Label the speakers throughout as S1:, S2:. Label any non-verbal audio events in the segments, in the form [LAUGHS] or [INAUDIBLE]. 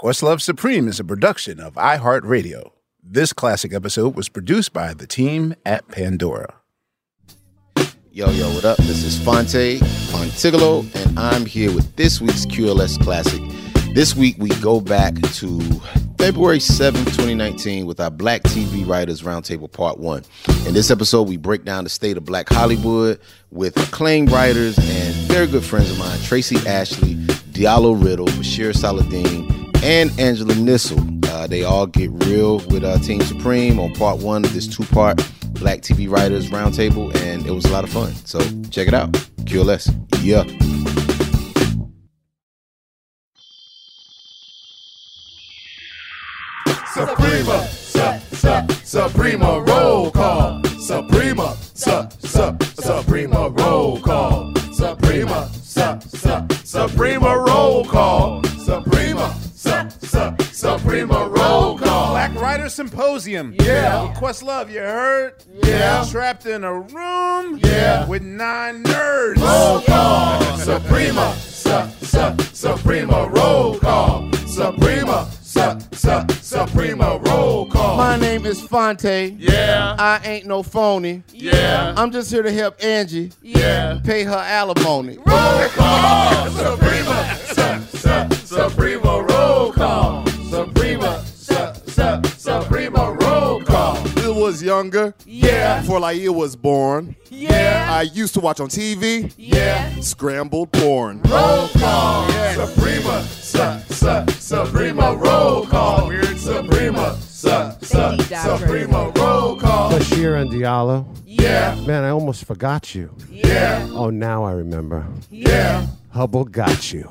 S1: Questlove Supreme is a production of iHeartRadio. This classic episode was produced by the team at Pandora.
S2: Yo, yo, what up? This is Fonte Fontigolo, and I'm here with this week's QLS Classic. This week, we go back to February seventh, 2019, with our Black TV Writers Roundtable Part 1. In this episode, we break down the state of Black Hollywood with acclaimed writers and very good friends of mine, Tracy Ashley, Diallo Riddle, Bashir Saladin, and Angela Nissel. Uh, they all get real with uh, Team Supreme on part one of this two part Black TV Writers Roundtable, and it was a lot of fun. So check it out. QLS. Yeah.
S3: Suprema, su, su, Suprema roll call. Suprema, su, su, Suprema roll call. Suprema, su, su, Suprema roll call. Suprema, su, su, Suprema roll call.
S4: Black Writer Symposium.
S3: Yeah.
S4: Questlove, you heard?
S3: Yeah.
S4: Trapped in a room.
S3: Yeah.
S4: With nine nerds.
S3: roll call. Suprema, su, su, Suprema roll call. Suprema, su, su, Suprema roll call.
S5: My name is Fonte.
S3: yeah,
S5: I ain't no phony.
S3: yeah,
S5: I'm just here to help Angie
S3: yeah.
S5: pay her alimony.
S3: Roll call. Suprema, su, su, Suprema roll call. Suprema, su, su, Suprema roll call.
S5: It was younger
S3: Yeah,
S5: before Laia was born.
S3: yeah,
S5: I used to watch on TV
S3: yeah.
S5: scrambled porn.
S3: Roll call. Suprema, su, su, Suprema roll call. Weird Suprema, su, su, Suprema roll call.
S6: Bashir and Diallo.
S3: Yeah,
S6: Man, I almost forgot you.
S3: yeah,
S6: Oh, now I remember.
S3: yeah.
S6: Hubble got you.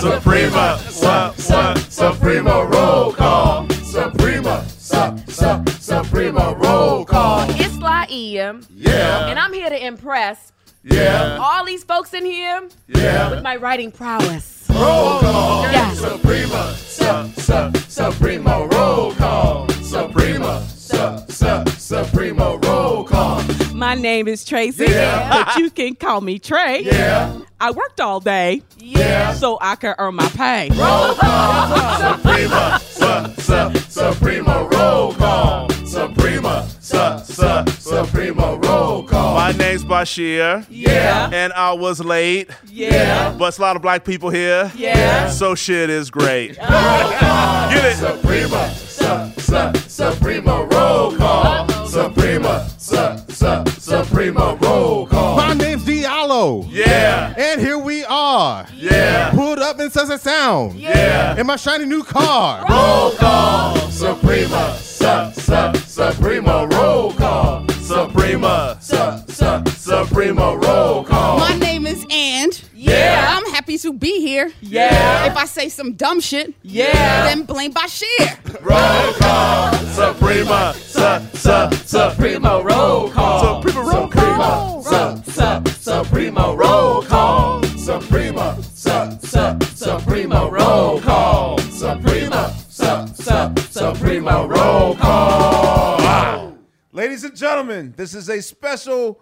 S3: Suprema, su, su, Suprema roll call. Suprema, su, su, Suprema roll call.
S7: It's Laia,
S3: Yeah,
S7: and I'm here to impress
S3: yeah,
S7: all these folks in here
S3: yeah.
S7: with my writing prowess.
S3: Roll call.
S7: Yes.
S3: Suprema, su, su, Suprema roll call. Suprema, su, su, Suprema roll call.
S8: My name is Tracy,
S3: Yeah.
S8: but you can call me Trey.
S3: Yeah.
S8: I worked all day
S3: Yeah.
S8: so I could earn my pay.
S3: Roll call. Suprema. Su, su, Suprema roll call. Suprema. Su, su, Suprema roll call.
S4: My name's Bashir.
S3: Yeah.
S4: And I was late,
S3: Yeah.
S4: but it's a lot of black people here.
S8: Yeah.
S4: So shit is great.
S3: Oh,
S4: Get it.
S3: Suprema. Su, su, Suprema roll call. Suprema. Su, su, Suprema roll
S1: Oh.
S3: call.
S5: My name's Diallo.
S4: Yeah.
S5: And here we are.
S4: Yeah.
S5: Pulled up in Sunset Sound.
S4: Yeah.
S5: In my shiny new car.
S3: Roll call. Suprema. Su, su, Suprema roll call. Suprema. Su, su, Suprema roll call.
S9: My name is And.
S3: Yeah.
S9: I'm happy to be here.
S8: Yeah.
S9: If I say some dumb shit,
S8: Yeah.
S9: then blame Bashir.
S3: Roll call, Suprema, su, su, Suprema roll call.
S4: Suprema roll
S3: call. Suprema, su, su, Suprema roll call. Suprema, su, su, Suprema roll call. Suprema, su, su, Suprema roll call.
S1: Ladies and gentlemen, this is
S3: [LAUGHS]
S1: a special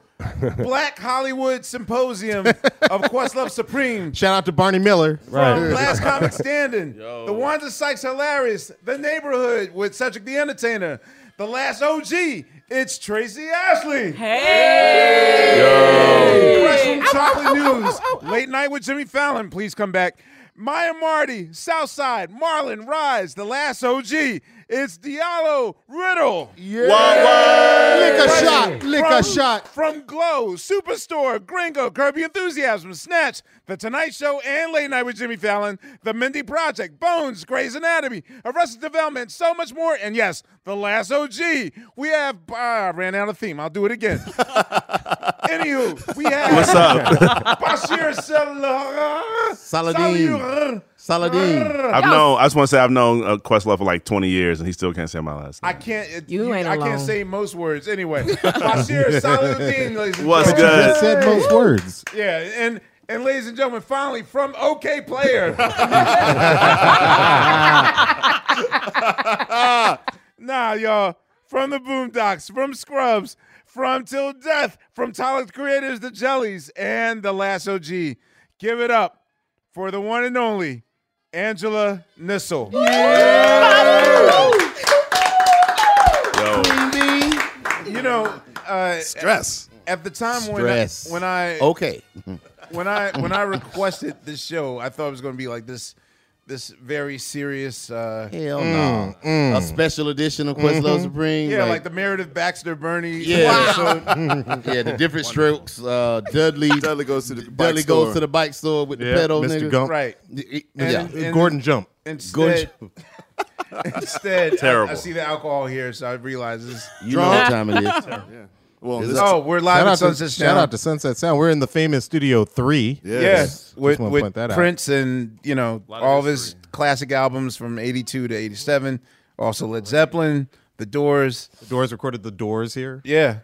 S1: Black Hollywood Symposium of
S3: [LAUGHS]
S1: Questlove Supreme.
S5: Shout out to Barney Miller. [LAUGHS]
S1: From Last Comic Standing, The Wanda Sykes Hilarious, The Neighborhood with Cedric the Entertainer, The Last OG, it's Tracy Ashley. Hey! Fresh from Chocolate News, Late Night with Jimmy Fallon, please come back. Maya Marty, Southside, Marlon, Rise, The Last OG, it's Diallo Riddle. Yeah!
S5: Lick a shot, lick a
S1: From-
S5: shot.
S1: from Glow, Superstore, Gringo, Kirby Enthusiasm, Snatch, The Tonight Show, and Late Night with Jimmy Fallon, The Mindy Project, Bones, Grey's Anatomy, Arrested Development, so much more, and yes, The Last OG. We have, ah, I ran out of theme. I'll do it
S4: [LAUGHS]
S1: again. Anywho, we have.
S4: What's up?
S1: Bashir Salah.
S5: Saladin. Saladin.
S4: I've known. I just want to say I've known uh, Questlove for like 20 years, and he still can't say my last
S1: I
S4: name.
S1: can't. It,
S8: You ain't
S1: I
S8: alone.
S1: can't say most
S8: [LAUGHS]
S1: words anyway. Bashir Saladin, ladies and
S4: What's
S1: gentlemen.
S4: good?
S5: Just said most words.
S1: Yeah, and and ladies and gentlemen, finally from
S5: [LAUGHS]
S1: OK Player. [LAUGHS] nah, y'all, from the Boondocks, from Scrubs, from Till Death, from Talent Creators, the Jellies, and the Last OG. Give it up for the one and only Angela Nissel.
S4: Yo.
S1: You know, uh,
S10: Stress.
S1: at the time
S11: Stress. Oh.
S1: when I, when I
S11: Okay.
S1: when I when I requested this show, I thought it was going to be like this this very serious. Uh, Mm-hmm.
S11: Hell no.
S2: Mm,
S11: A special edition of Questlove
S2: Mm-hmm.
S11: Supreme.
S1: yeah, like the Meredith Baxter Bernie.
S11: Yeah.
S1: [LAUGHS] episode.
S11: [LAUGHS] yeah, the different strokes. Uh, Dudley.
S10: Dudley goes to the bike
S11: Dudley
S10: store.
S11: goes to the bike store with
S5: Yeah,
S11: the pedal,
S5: Mr.
S11: nigga.
S5: Gump.
S1: right.
S11: Yeah.
S1: And- and-
S5: Gordon Jump.
S1: [LAUGHS] Instead, instead, I- I,
S4: Terrible.
S1: see the alcohol here, so I realize this.
S11: You know what time
S1: [LAUGHS]
S11: it is.
S10: Well, this,
S1: Oh, we're live
S5: Shout
S1: at
S5: out, to,
S1: Sunset
S5: shout out to Sunset Sound. We're in the famous Studio 3.
S10: Yeah.
S1: yeah,
S10: Yes.
S1: with,
S5: wanna
S1: with
S5: point that out.
S1: Prince and you know
S4: lot of
S1: all of his
S4: history.
S1: classic albums from '82 to '87. Also Led Zeppelin, The Doors.
S5: The Doors recorded The Doors here.
S1: Yeah.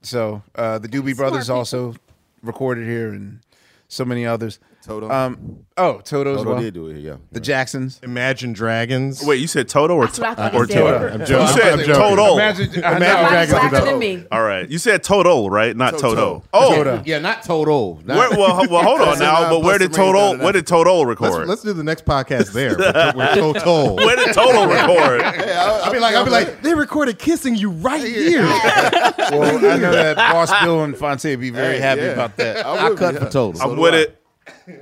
S1: So uh, the Doobie Brothers also recorded here, and so many others.
S10: Toto.
S1: Um, oh, Toto as
S11: Toto
S1: well.
S11: did do it, yeah.
S1: The Jacksons.
S5: Imagine Dragons.
S4: Wait, you said Toto or,
S12: what I
S4: to-
S12: thought
S4: or
S12: you said.
S4: Toto?
S5: I'm
S4: You
S5: joking. I'm
S4: said
S5: joking.
S4: Toto.
S1: Imagine, I
S5: Imagine
S1: know.
S5: Dragons.
S12: Slacker than me.
S4: All right, you said Toto, right? Not Toto.
S10: Toto.
S4: Oh,
S1: Toto.
S11: Yeah, not total. Not,
S4: Where, well, ho- well, hold on now. But where did
S10: Busta Rhymes
S4: Toto?
S10: done it.
S4: Where did Toto
S5: Let's,
S4: record?
S5: let's do the next
S1: [LAUGHS]
S5: podcast [LAUGHS] there. We're, we're
S4: [LAUGHS]
S5: so told.
S4: Where
S5: [LAUGHS]
S4: did Toto record?
S5: I'll be like, I'll be like, they recorded kissing you right here.
S1: Well, I know that Boss Bill and Fonte would be very happy
S10: yeah.
S1: about that.
S11: I cut for total.
S4: I'm with it.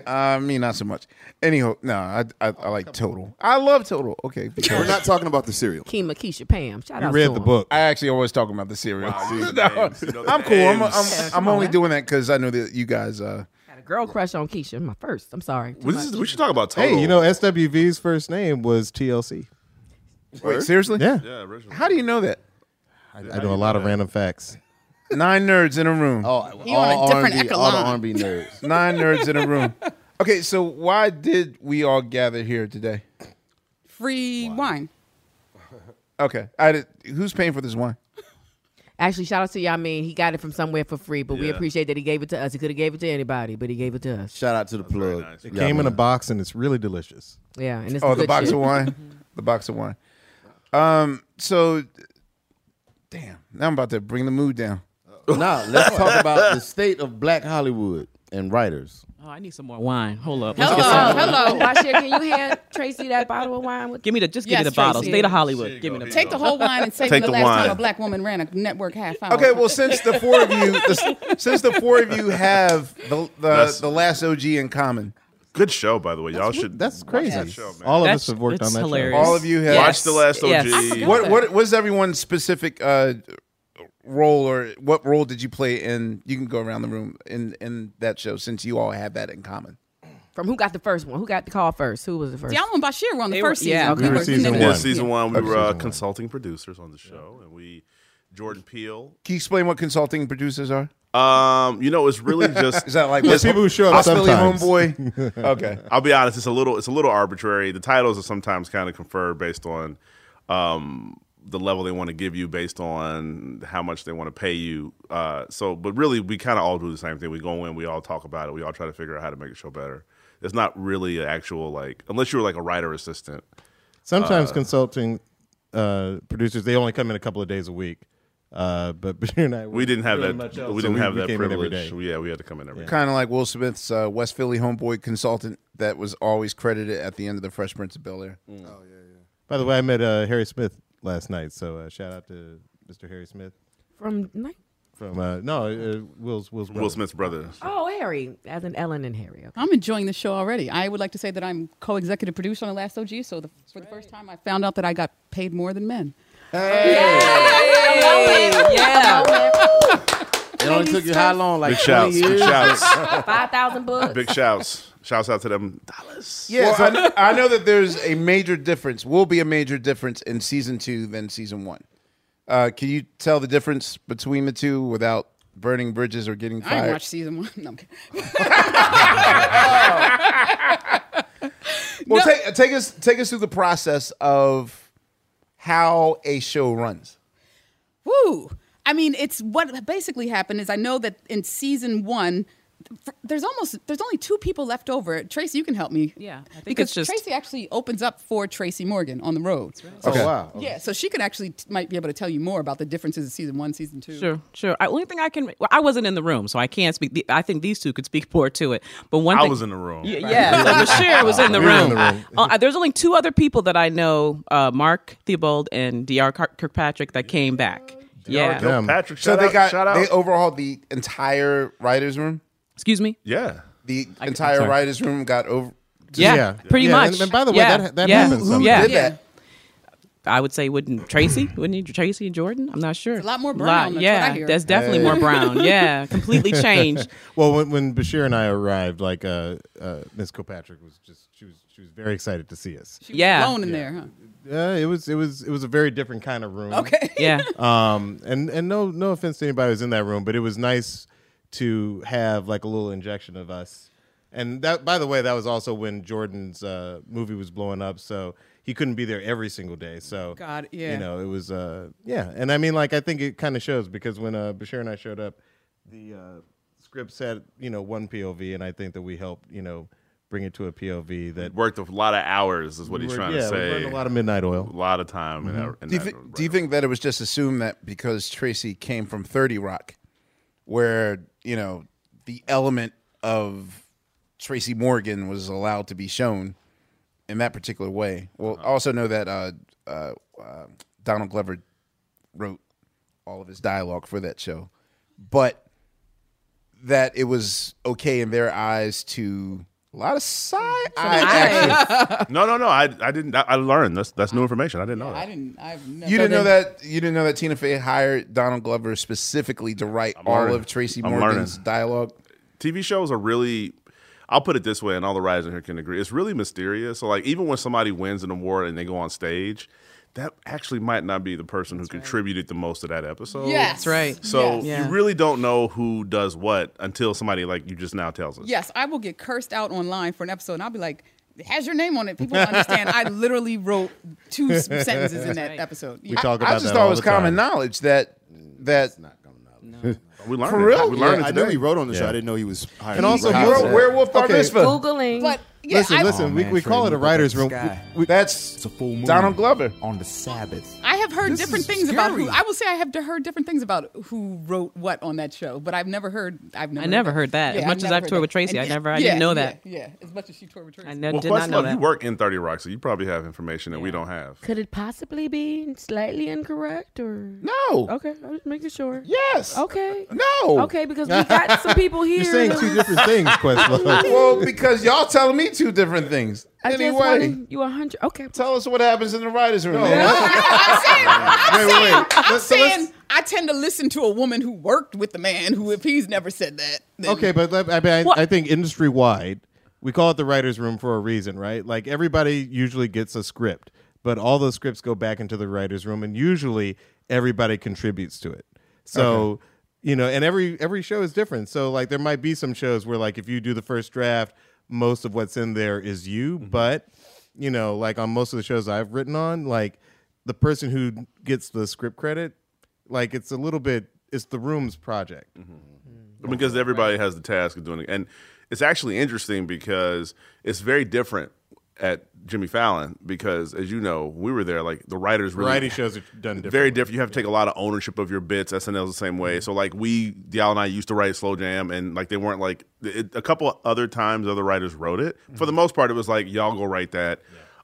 S1: Uh, me, not so much. Anyhow, no, I, I, I like Total. I love Total. Okay.
S10: we're not talking about the cereal.
S12: Kima, Keisha, Pam. Shout
S5: You
S12: out to
S5: read the
S12: him.
S5: book.
S1: I actually always talking about the cereal.
S4: these
S1: No,
S2: [LAUGHS]
S4: names, you know the
S1: I'm cool. I'm, I'm,
S4: names.
S1: I'm only doing that because I know that you guys. Uh,
S12: Had a girl crush on Keisha. My first. I'm sorry. Too
S4: We,
S12: much.
S4: just- we should talk about Toto.
S5: Hey, you know, SWV's first name was TLC.
S1: wait, seriously?
S5: Yeah.
S4: Yeah, originally.
S1: How do you know that?
S5: I, I know a lot of random facts.
S1: Nine nerds in a room.
S11: Oh,
S9: You on a
S11: all
S9: different
S11: R&B, all the
S9: echelon.
S11: R&B
S1: [LAUGHS]
S11: nerds.
S1: Nine nerds in a room. Okay, so why did we all gather here today?
S9: Free wine.
S1: Okay, I did, who's paying for this wine?
S12: Actually, shout out to Yamin. He got it from somewhere for free, but we
S4: Yeah.
S12: appreciate that he gave it to us. He could have gave it to anybody, but he gave it to us.
S11: Shout out to the plug.
S5: It came in a box and it's really delicious.
S12: Yeah, and it's
S1: Oh, the
S12: good
S1: box
S12: shit. [LAUGHS]
S1: of wine. The box of wine. Um. So, damn. Now I'm about to bring the mood down.
S11: Now, let's talk about the state of black Hollywood and writers.
S8: Oh, I need some more wine. Hold up. Let's
S9: Hello,
S8: get some.
S9: hello.
S12: Bashir, can you hand Tracy that bottle of wine? With
S8: Give me the just
S9: Yes,
S8: give me the bottle.
S9: Tracy.
S8: Stay to Hollywood. Give me the
S9: Take the whole wine and say
S4: Take
S9: when the,
S4: the
S9: last
S4: wine.
S9: time a black woman ran a network half
S8: Oh.
S9: hour.
S1: Okay. Well, since the four of you, the, since the four of you have the the,
S4: That's-
S1: the last OG in common,
S4: Good show, by the way. Y'all should
S5: That's crazy.
S4: that show, man.
S5: All of
S8: That's-
S5: us have worked
S8: it's
S5: on that
S8: hilarious.
S5: show.
S1: all of you have.
S4: watch the last OG.
S8: Yes.
S1: What what was everyone's specific uh, role or what role did you play in? You can go around the room in in that show since you all have that in common.
S12: From who got the first one? Who got the call first? Who was the
S9: [LAUGHS]
S12: first?
S9: Y'all and Bashir were on the
S8: They were-
S9: first season.
S8: yeah, okay.
S9: We
S5: We were season
S4: Yeah,
S5: one.
S4: season one. We
S5: Of
S4: were
S5: season
S4: uh,
S5: one.
S4: consulting producers on the show, and we Jordan Peele.
S1: Can you explain what consulting producers are?
S4: Um, you know, it's
S5: [LAUGHS]
S4: really just.
S1: Is that
S4: [LAUGHS]
S1: like
S5: There's people who show up
S1: I'll spill your
S5: sometimes. [LAUGHS]
S1: homeboy? Okay.
S4: I'll be honest. It's a little. It's a little arbitrary. The titles are sometimes kind of conferred based on um, the level they want to give you, based on how much they want to pay you. Uh, so, but really, we kind of all do the same thing. We go in. We all talk about it. We all try to figure out how to make the show better. It's not really an actual like, unless you were like a writer assistant. Uh,
S5: Sometimes consulting uh, producers, they only come in a couple of days a week. Uh, but [LAUGHS] Bashir and I,
S4: We didn't have
S5: really
S4: that.
S5: much else,
S4: we
S5: so
S4: didn't have that
S5: came in every
S4: privilege.
S5: day.
S4: Yeah, we had to come in every day.
S1: Kind of like Will Smith's uh, West Philly homeboy consultant that was always credited at the end of the Fresh Prince of Bel Air.
S4: Mm.
S5: Oh yeah, yeah. By the way, I met uh, Harry Smith last night, so uh, shout out to Mr. Harry Smith
S7: From night.
S5: from uh, no uh, Will's Will's brother.
S4: Will Smith's brother.
S7: Oh, Harry, as in Ellen and Harry.
S9: I'm enjoying the show already. I would like to say that I'm co-executive producer on the last OG, so the, for the first time I found out that I got paid more than men.
S2: It only took you how long? Like
S4: big shouts.
S2: 20
S4: Big
S2: years?
S4: shouts.
S7: [LAUGHS] Five thousand bucks.
S4: big shouts. Shouts out to them.
S1: Yeah, so I, kn- I know that there's a major difference, will be a major difference in season two than season one. Uh, can you tell the difference between the two without burning bridges or getting
S9: I didn't
S1: fired?
S9: watch season one. [LAUGHS] No, I'm kidding.
S1: [LAUGHS] well, take, take us take us through the process of how a show runs.
S9: Woo! I mean, it's what basically happened is I know that in season one, f- there's almost there's only two people left over. Tracy, you can help me.
S7: Yeah, I think
S9: because
S7: it's just-
S9: Tracy actually opens up for Tracy Morgan on the road.
S7: right. Okay. Oh, wow.
S9: Yeah, so she can actually t- might be able to tell you more about the differences in season one, season two.
S8: Sure, sure. I, only thing I can, well, I wasn't in the room, so I can't speak. The, I think these two could speak [LAUGHS] more to it. But one,
S4: I
S8: thing,
S4: was in the room.
S8: Yeah, yeah. [LAUGHS] so Bashir was in the
S4: We were in
S8: room.
S4: the room.
S8: Uh, there's only two other people that I know: uh, Mark Theobald and Dr. Kirk- Kirkpatrick that came back. Yeah,
S1: So they got they overhauled the entire writers room.
S8: Excuse me.
S4: Yeah,
S1: the
S8: I-
S1: entire
S8: sorry.
S1: writers room got over.
S8: Yeah, pretty much.
S5: And, and by the way,
S8: Yeah,
S5: that that
S8: yeah,
S5: happens.
S8: Who
S5: sometimes.
S8: did that? I would say wouldn't Tracy? Wouldn't you Tracy and Jordan? I'm not sure. a
S9: lot more
S8: Lot-
S9: brown, that's what I
S8: yeah,
S9: hear.
S8: that's definitely more
S5: [LAUGHS]
S8: brown. Yeah, completely changed.
S5: well, when, when Bashir and I arrived, like uh, uh, Miss Kilpatrick was just she was she was very excited to see us.
S9: She was blown in there, huh?
S5: Yeah, it was it was it was a very different kind of room.
S9: [LAUGHS] Okay.
S8: Yeah.
S5: Um and and no no offense to anybody who's in that room, but it was nice to have like a little injection of us. And that by the way, that was also when Jordan's uh, movie was blowing up, so he couldn't be there every single day. So
S9: God, yeah.
S5: You know, it was uh yeah. And I mean like I think it kind of shows because when uh Bashir and I showed up, the uh script said, you know, one POV and I think that we helped, you know, bring it to a POV that
S4: worked a lot of hours is what
S5: We
S4: he's
S5: were-
S4: trying
S5: yeah, we
S4: to say.
S5: burned a lot of midnight oil. Mm-hmm.
S4: A lot of time. In that,
S1: Mm-hmm.
S4: in
S1: do you,
S4: that
S1: thi- do you think that it was just assumed that because Tracy came from Thirty Rock, where you know the element of Tracy Morgan was allowed to be shown in that particular way? Well,
S4: Uh-huh.
S1: I also know that uh, uh, uh, Donald Glover wrote all of his dialogue for that show, but that it was okay in their eyes to a lot of side eye action.
S4: [LAUGHS]
S1: Ah.
S4: no, no, no. I, I didn't. I, I learned. That's that's new information. I didn't know that.
S9: I didn't. I've never.
S1: You didn't know that. You didn't know that Tina Fey hired Donald Glover specifically to write all
S4: learning.
S1: of Tracy
S4: I'm
S1: Morgan's dialogue.
S4: TV shows are really. I'll put it this way, and all the writers in here can agree. It's really mysterious. So, like, even when somebody wins an award and they go on stage, that actually might not be the person who contributed the most to that episode.
S9: Yes. That's right.
S4: So
S9: Yes.
S4: you
S9: Yeah.
S4: really don't know who does what until somebody like you just now tells us.
S9: Yes, I will get cursed out online for an episode, and I'll be like, "It "Has your name on it?" People don't understand.
S8: [LAUGHS]
S9: I literally wrote two
S1: [LAUGHS]
S9: s- sentences in that episode.
S1: I- I, just thought it was common knowledge that that. [LAUGHS]
S4: We
S1: learned For it. real? We learned it
S13: Yeah, I knew
S1: today.
S13: he wrote on the show.
S1: Yeah.
S13: I didn't know he was hired.
S1: And also, he wrote Werewolf Bar Mitzvah.
S7: Googling.
S9: But
S5: listen,
S9: I-
S13: Oh,
S5: listen. we, we call it a writer's room.
S1: That's
S5: it's a full moon.
S1: Donald Glover
S13: on the Sabbath.
S9: I have heard
S13: This
S9: different
S13: is
S9: things about who.
S13: scary.
S9: I will say I have heard different things about who wrote what on that show, but I've never heard. I've never.
S8: I never heard that. As
S9: Yeah,
S8: much as
S9: never
S8: I've
S9: heard
S8: toured
S9: that.
S8: with Tracy,
S9: And
S8: I never-
S9: yeah,
S8: I didn't know
S9: yeah,
S8: that.
S9: Yeah, as much as she toured with Tracy.
S8: I ne-
S4: Well,
S8: did
S4: first
S8: not
S4: of
S8: know
S4: all,
S8: that.
S4: you work in Thirty Rock, so you probably have information that we don't have.
S7: Could it possibly be slightly incorrect or
S1: no?
S7: Okay, I was making sure.
S1: Yes.
S7: Okay.
S1: No.
S7: Okay, because we got some
S1: [LAUGHS]
S13: [LAUGHS]
S7: people here. that was- [LAUGHS]
S1: well, because y'all telling me two different things.
S7: I just
S1: anyway,
S7: wanted you a hundred. Okay.
S1: tell us what happens in
S7: [LAUGHS]
S1: the writers' room. man.
S9: [LAUGHS] I'm saying,
S1: Wait, wait, wait.
S9: I'm
S1: Let's- so let's-
S9: saying I tend to listen to a woman who worked with the man who, if he's never said that, then
S5: Okay, but let- I, mean,
S9: What?
S5: I, I think industry wide, we call it the writers' room for a reason, right? Like everybody usually gets a script, but all those scripts go back into the writers' room, and usually everybody contributes to it. So. You know, and every every show is different. So like there might be some shows where like if you do the first draft, most of what's in there is you, but you know, like on most of the shows I've written on, like the person who gets the script credit, like it's a little bit it's the room's project.
S4: because everybody has the task of doing it and it's actually interesting because it's very different at Jimmy Fallon because, as you know, we were there. Like the writers, really,
S5: Variety shows are done Mm-hmm.
S4: Very different. You have to take a lot of ownership of your bits. SNL's the same way. So like we, Dial and I used to write slow jam, and like they weren't like it, a couple other times other writers wrote it. For
S5: Mm-hmm.
S4: the most part, it was like y'all go write that.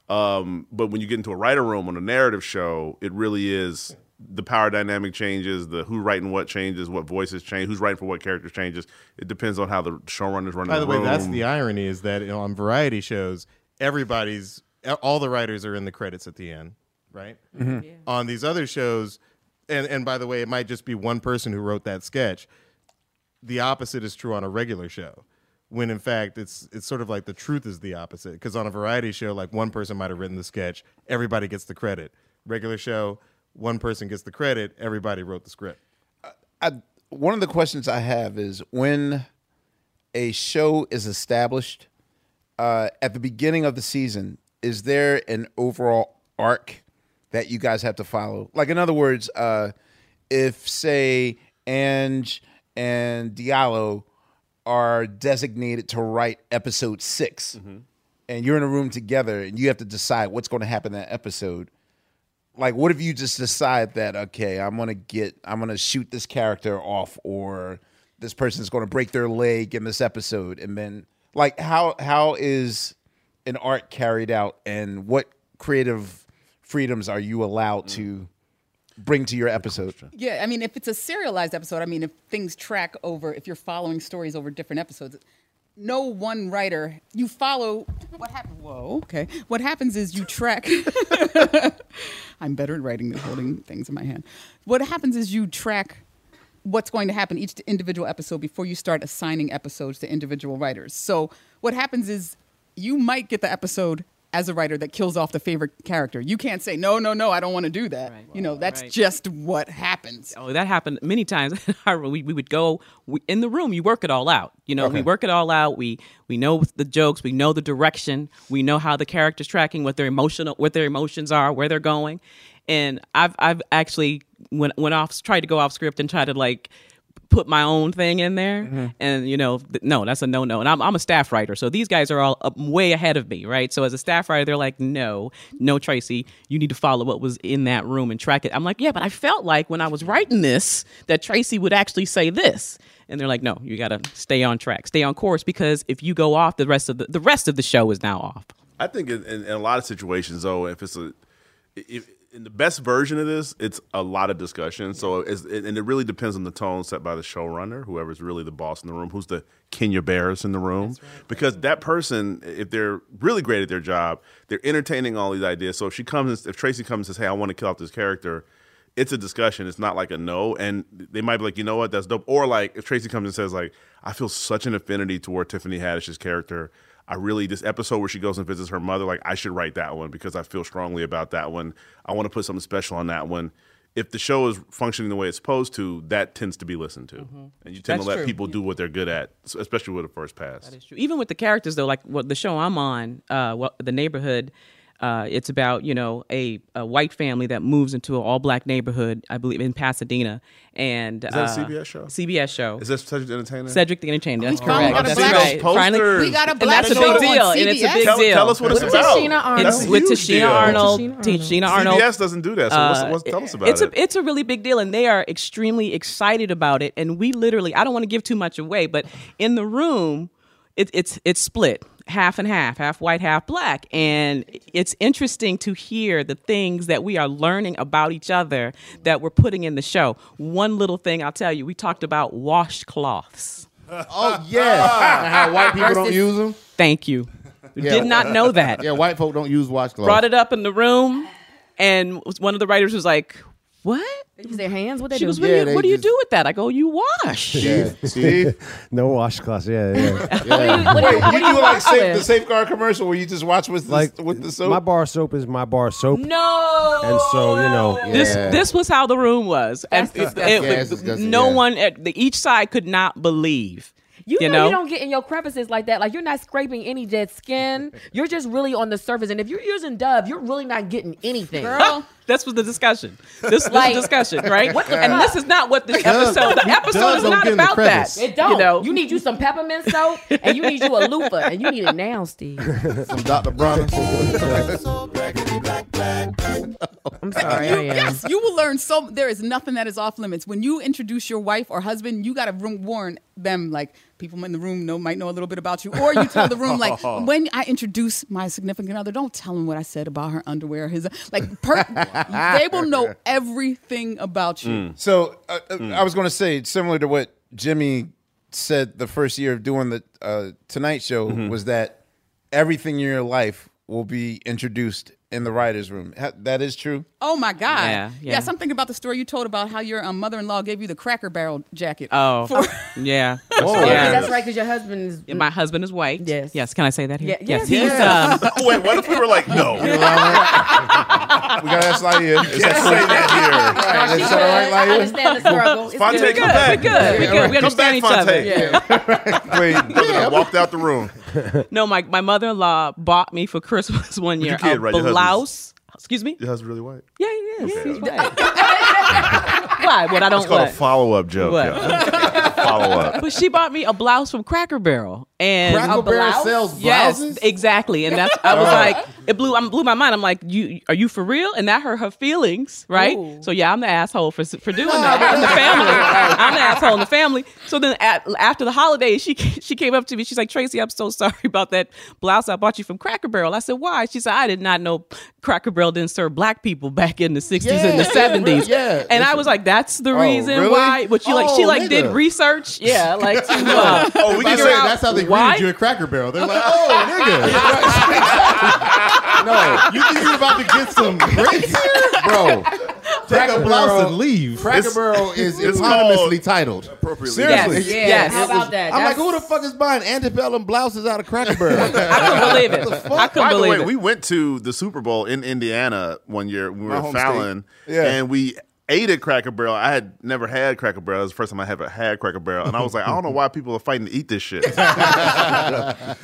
S4: Um, but when you get into a writer room on a narrative show, it really is the power dynamic changes, the who writing what changes, what voices change, who's writing for what characters changes. It depends on how the showrunners running.
S5: By the way,
S4: room.
S5: that's the irony is that you know, on variety shows, everybody's e, all the writers are in the credits at the end, right?
S4: Mhm. Yeah.
S5: On these other shows, and and by the way, it might just be one person who wrote that sketch. The opposite is true on a regular show, when in fact it's it's sort of like the truth is the opposite. Because on a variety show, like one person might have written the sketch, everybody gets the credit. Regular show, one person gets the credit, everybody wrote the script.
S1: I, one of the questions I have is when a show is established uh, at the beginning of the season, is there an overall arc that you guys have to follow? Like, in other words, uh, if, say, Ange and Diallo are designated to write episode 6 and you're in a room together and you have to decide what's going to happen in that episode like what if you just decide that okay i'm gonna get i'm gonna shoot this character off or this person's gonna break their leg in this episode and then like how how is an art carried out and what creative freedoms are you allowed to bring to your episode
S9: Yeah, I mean, if it's a serialized episode, I mean, if things track over, if you're following stories over different episodes, no one writer, you follow what happened. Whoa, okay. What happens is you track. [LAUGHS] I'm better at writing than holding things in my hand. What happens is you track what's going to happen each individual episode before you start assigning episodes to individual writers. So what happens is you might get the episode as a writer that kills off the favorite character. You can't say no, no, no, I don't want to do that. You know, that's
S8: Right.
S9: just what happens.
S8: Oh, that happened many times. [LAUGHS] we, we would go we, in the room. You work it all out. You know, we
S9: Okay.
S8: work it all out. We we know the jokes. We know the direction. We know how the characters tracking, what their emotional, what their emotions are, where they're going. And I've I've actually went went off tried to go off script and try to like put my own thing in there
S13: Mhm.
S8: and you know th- no that's a no no and I'm, I'm a staff writer so these guys are all up way ahead of me right so as a staff writer they're like no no tracy you need to follow what was in that room and track it i'm like yeah but i felt like when i was writing this that tracy would actually say this and they're like no you gotta stay on track stay on course because if you go off the rest of the, the rest of the show is now off
S4: I think in, in, in a lot of situations, though, if it's a, if in the best version of this, it's a lot of discussion. So, it's, and it really depends on the tone set by the showrunner, whoever's really the boss in the room, who's the Kenya Barris in the room, because that person, if they're really great at their job, they're entertaining all these ideas. So, if she comes, and- if Tracy comes and says, "Hey, I want to kill off this character," it's a discussion. It's not like a no, and they might be like, you know what, that's dope. Or like if Tracy comes and says, like, I feel such an affinity toward Tiffany Haddish's character. I really this episode where she goes and visits her mother, like I should write that one because I feel strongly about that one. I want to put something special on that one. If the show is functioning the way it's supposed to, that tends to be listened to, and you tend
S8: Mm-hmm. That's
S4: to let
S8: true.
S4: people do what they're good at, s- especially with a first pass.
S8: true. Even with the characters, though, like what the show I'm on, uh, well, the neighborhood. Uh, it's about you know a, a white family that moves into an all black neighborhood, I believe in Pasadena, and
S4: Is that a
S8: uh,
S4: CBS show?
S8: CBS show.
S4: Is that Cedric the Entertainer?
S8: Cedric the Entertainer. That's
S4: Oh, we
S8: correct.
S4: got a
S8: That's
S4: black-
S8: right.
S4: those posters. We got a
S8: and
S4: black
S8: that's a big
S4: show on
S8: deal. And it's a
S4: CBS?
S8: big
S4: Tell-
S8: deal.
S4: tell us what it's With about. Tashina Arnold. That's
S8: It's
S4: a
S8: with
S4: huge
S8: Tashina
S4: deal.
S8: Arnold.
S4: Tashina Arnold.
S8: Tashina Arnold. Uh,
S4: CBS doesn't do that, so what's- what's- tell us about
S8: it's
S4: it.
S8: A, it's a really big deal, and they are extremely excited about it. And we literally, I don't want to give too much away, but in the room, it, it's it's split half and half, half white, half black, and it's interesting to hear the things that we are learning about each other that we're putting in the show. One little thing I'll tell you, we talked about washcloths.
S2: Oh yes,
S7: Ah.
S2: and how white people don't use them.
S8: Thank you. Did not know that.
S2: Yeah, white folk don't use washcloths.
S8: Brought it up in the room, and one of the writers was like, "What?"
S7: They use their hands. What they
S8: She
S7: do?
S8: goes, "What, do, you, what do you do with that?" I go, "You wash."
S6: [LAUGHS] no washcloths. Yeah,
S1: [LAUGHS]
S6: yeah.
S1: Wait, you do like
S8: wash
S1: safe,
S8: with?
S1: the safeguard commercial where you just watch with the,
S6: Like,
S1: with the soap
S6: My bar soap is my bar soap.
S8: No.
S6: And so you know,
S8: This this was how the room was, and
S6: That's
S8: it- it-
S6: disgusting. Yeah, it's disgusting,
S8: no
S6: yeah.
S8: one at the, each side could not believe You,
S7: You, know,
S8: know,
S7: you don't get in your crevices like that. Like you're not scraping any dead skin. You're just really on the surface. And if you're using Dove, you're really not getting anything.
S8: Girl. [LAUGHS] this was the discussion. This was
S7: Like-
S8: the discussion, right?
S7: What the
S8: and
S7: fuck?
S8: this is not what the
S7: Dove-
S8: episode. The episode
S7: Dove
S8: is
S7: don't
S8: not
S7: get in the
S8: about that.
S7: It don't.
S8: You
S7: You,
S8: know,
S7: need you some peppermint soap, and you need you a loofah, and you need it now, Steve.
S2: From Dr. Bronner.
S7: I'm sorry. I am.
S9: Yes, you will learn so there is nothing that is off limits. When you introduce your wife or husband, you gotta room warn them like people in the room know might know a little bit about you. Or you tell the room [LAUGHS]
S12: [LAUGHS]
S9: like when I introduce my significant other, don't tell [LAUGHS] them what I said about her underwear, his like per- they will know everything about you.
S8: Mm.
S1: So uh, uh, I was going to say, similar to what Jimmy said the first year of doing the uh, Tonight Show,
S8: Mm-hmm.
S1: was that everything in your life will be introduced in the writers' room. Ha- That is true.
S9: Oh my God!
S1: Yeah, yeah.
S9: Yes, I'm thinking about the story you told about how your um, mother-in-law gave you the Cracker Barrel jacket.
S8: Oh,
S9: for-
S8: yeah.
S9: Whoa.
S8: Yeah.
S9: Okay,
S7: That's right, because your husband is.
S8: Yeah, My husband is white. Yes. Yes. Can I say that here?
S7: Yeah, yes,
S8: He's
S7: yes.
S8: um.
S4: [LAUGHS] Wait. What if we were like no?
S1: We got to ask Laia. Is that cool?
S4: that
S1: Is that all right, Laia?
S4: Fonte,
S8: good.
S4: come back.
S8: We're good. We're good. We
S4: Come back,
S8: understand each other.
S4: Fonte. Wait, brother walked out the room.
S8: No, my my mother in law bought me for Christmas one year
S4: Your kid,
S8: a
S4: right? Your husband's-
S8: blouse. Excuse me.
S4: Your husband's really white.
S8: Yeah, he is. He's white. Why? What I don't
S4: It's called
S8: what?
S4: a follow up joke.
S8: What? [LAUGHS]
S4: yeah. follow up.
S8: But she bought me a blouse from Cracker Barrel, and
S2: Cracker
S8: A
S2: Barrel
S8: blouse?
S2: sells
S8: Yes, exactly. And that's I was like, it blew. I blew my mind. I'm like, you are you for real? And that hurt her feelings, right? So yeah, I'm the asshole for for
S2: [LAUGHS]
S8: doing that in the family. I'm the asshole in the family. So then at, after the holidays, she ca- she came up to me. She's like, Tracy, I'm so sorry about that blouse I bought you from Cracker Barrel. I said, why? She said, I did not know Cracker Barrel didn't serve black people back in the 60s and the
S2: Yeah,
S8: 70s.
S2: yeah.
S8: And I was like, that's the
S2: Oh,
S8: reason
S2: really?
S8: why. But she like she
S2: Oh,
S8: like did
S2: nigga.
S8: research.
S2: [LAUGHS]
S8: Yeah, like
S1: [LAUGHS]
S8: to, uh,
S2: oh, we can
S8: figure
S2: say
S8: out
S2: that's how they
S8: why.
S2: greeted you at Cracker Barrel. They're
S8: [LAUGHS]
S2: like, "Oh, nigga." no, you think you're about to get some great, bro? Take a blouse and leave. Cracker
S1: It's-
S2: Barrel is
S1: it's
S2: eponymously
S9: [LAUGHS]
S1: called-
S2: titled.
S1: Appropriately.
S2: Seriously,
S1: Yes, Yeah, yes. how
S2: It was-
S1: about that?
S2: I'm like,
S1: That's-
S2: who the fuck is buying antebellum blouses out of Cracker Barrel?
S8: I couldn't believe it. I couldn't
S4: By the
S8: believe
S4: way,
S8: it.
S4: we went to the Super Bowl in Indiana one year. when We
S8: My
S4: were
S8: home
S4: Fallon,
S8: state. Yeah.
S4: and we ate at Cracker Barrel. I had never had Cracker Barrel. It was the first time I ever had Cracker Barrel, and I was like, I don't know why people are fighting to eat this
S5: [LAUGHS]
S4: shit.
S1: uh, [LAUGHS]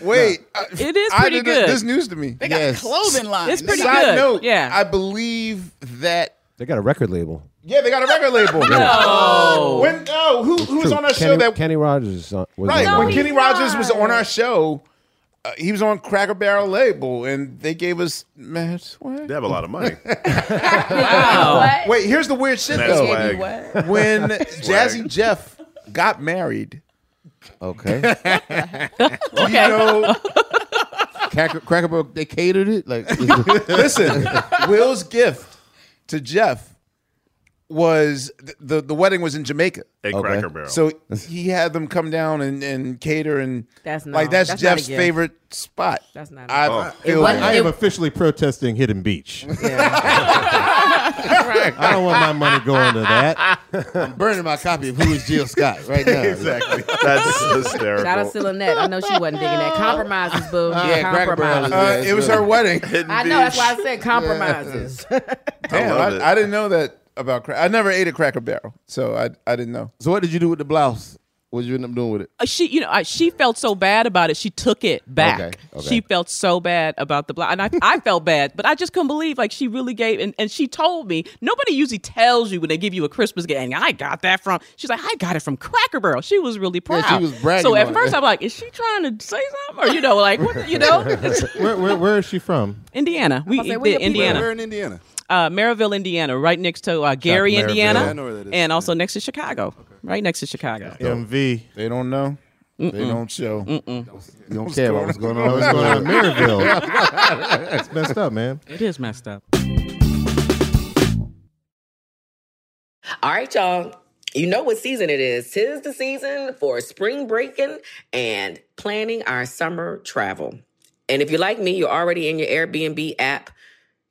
S1: Wait, I-
S8: It is
S1: I
S8: pretty
S1: didn't-
S8: good.
S1: This is news to me.
S9: They got clothing lines.
S8: It's pretty
S1: Side
S8: good.
S1: note,
S8: yeah.
S1: I believe that.
S6: They got a record label.
S1: Yeah, they got a record label.
S8: No.
S1: When oh, who who was
S6: True.
S1: on our
S6: Kenny,
S1: show that
S6: Kenny Rogers was on
S1: right
S6: that
S1: when
S6: one.
S1: Kenny Rogers was on our show, uh, he was on Cracker Barrel label, and they gave us Matt Swag.
S4: They have a lot
S1: [LAUGHS]
S4: of money.
S8: Wow.
S1: Wait, here's the weird shit
S4: Matt
S1: though. [LAUGHS]
S4: Swag.
S1: When Jazzy Jeff got married, [LAUGHS]
S2: Okay.
S1: do you know?
S2: Cracker, Cracker Barrel, they catered it. Like,
S1: [LAUGHS] Listen, Will's gift to Jeff was th- the the wedding was in Jamaica.
S4: At
S2: Okay.
S4: Cracker Barrel.
S1: So he had them come down and, and cater and
S7: That's not-
S1: like that's,
S7: that's not a
S1: Jeff's
S7: gift.
S1: favorite spot.
S7: That's not a
S1: I
S7: gift.
S1: I
S4: Oh.
S7: It
S1: feel
S7: wasn't-
S1: that.
S5: I am
S7: It-
S5: officially protesting Hidden
S1: [LAUGHS]
S5: Beach. I don't want my money going to
S1: [LAUGHS]
S5: that.
S2: I'm burning my copy of Who is Jill Scott right now.
S4: [LAUGHS] exactly.
S2: [LAUGHS]
S4: That's hysterical.
S7: Shout out to Lynette. I know she wasn't digging
S9: [LAUGHS]
S7: that. Compromises, boo.
S2: Yeah, Cracker Barrel.
S7: compromises.
S2: is-
S1: Uh,
S2: yeah, it's
S1: it was
S2: really-
S1: her
S4: [LAUGHS]
S1: wedding.
S7: I know. That's why I
S1: [LAUGHS]
S7: said compromises. [LAUGHS]
S1: Damn,
S4: love
S1: I,
S4: it.
S1: I didn't know that about. Cra- I never ate a Cracker Barrel, so I I didn't know.
S2: So, what did you do with the blouse? What did you end up doing with it?
S8: Uh, she, you know, I, she felt so bad about it. She took it back.
S2: Okay, okay.
S8: She felt so bad about the blouse, and I, I felt bad, but I just couldn't believe like she really gave. And, and she told me nobody usually tells you when they give you a Christmas gift. And I got that from. She's like, I got it from Cracker Barrel. She was really
S2: Yeah,
S8: proud.
S2: she was bragging
S8: So at
S2: on it.
S8: first I'm like, is she trying to say something, or you know, like what, you know,
S5: Where, where, where is she from?
S8: Indiana. We
S7: I'm gonna say,
S8: did
S7: where your people
S8: Indiana.
S3: We're in Indiana.
S8: uh, Maryville, Indiana, right next to uh, Gary,
S5: Maryville.
S8: Indiana,
S5: Yeah, I
S3: know where that is.
S8: and also next to Chicago, right next to Chicago.
S1: [LAUGHS]
S5: MV.
S1: They don't know. They don't show.
S2: You don't care about what's going on.
S5: What's going on
S1: [LAUGHS]
S5: in Maryville? It's messed up, man.
S8: It is messed up.
S12: [LAUGHS] All right, y'all. You know what season it is. Tis the season for spring breaking and planning our summer travel. And if you're like me, you're already in your Airbnb app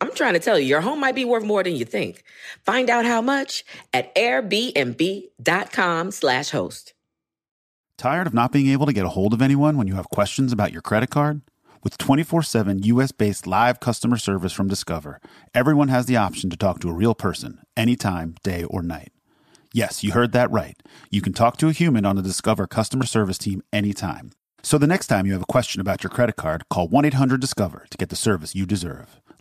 S12: I'm trying to tell you, your home might be worth more than you think. Find out how much at airbnb.com slash host.
S14: Tired of not being able to get a hold of anyone when you have questions about your credit card? With 24 7 US based live customer service from Discover, everyone has the option to talk to a real person anytime, day or night. Yes, you heard that right. You can talk to a human on the Discover customer service team anytime. So the next time you have a question about your credit card, call 1 800 Discover to get the service you deserve.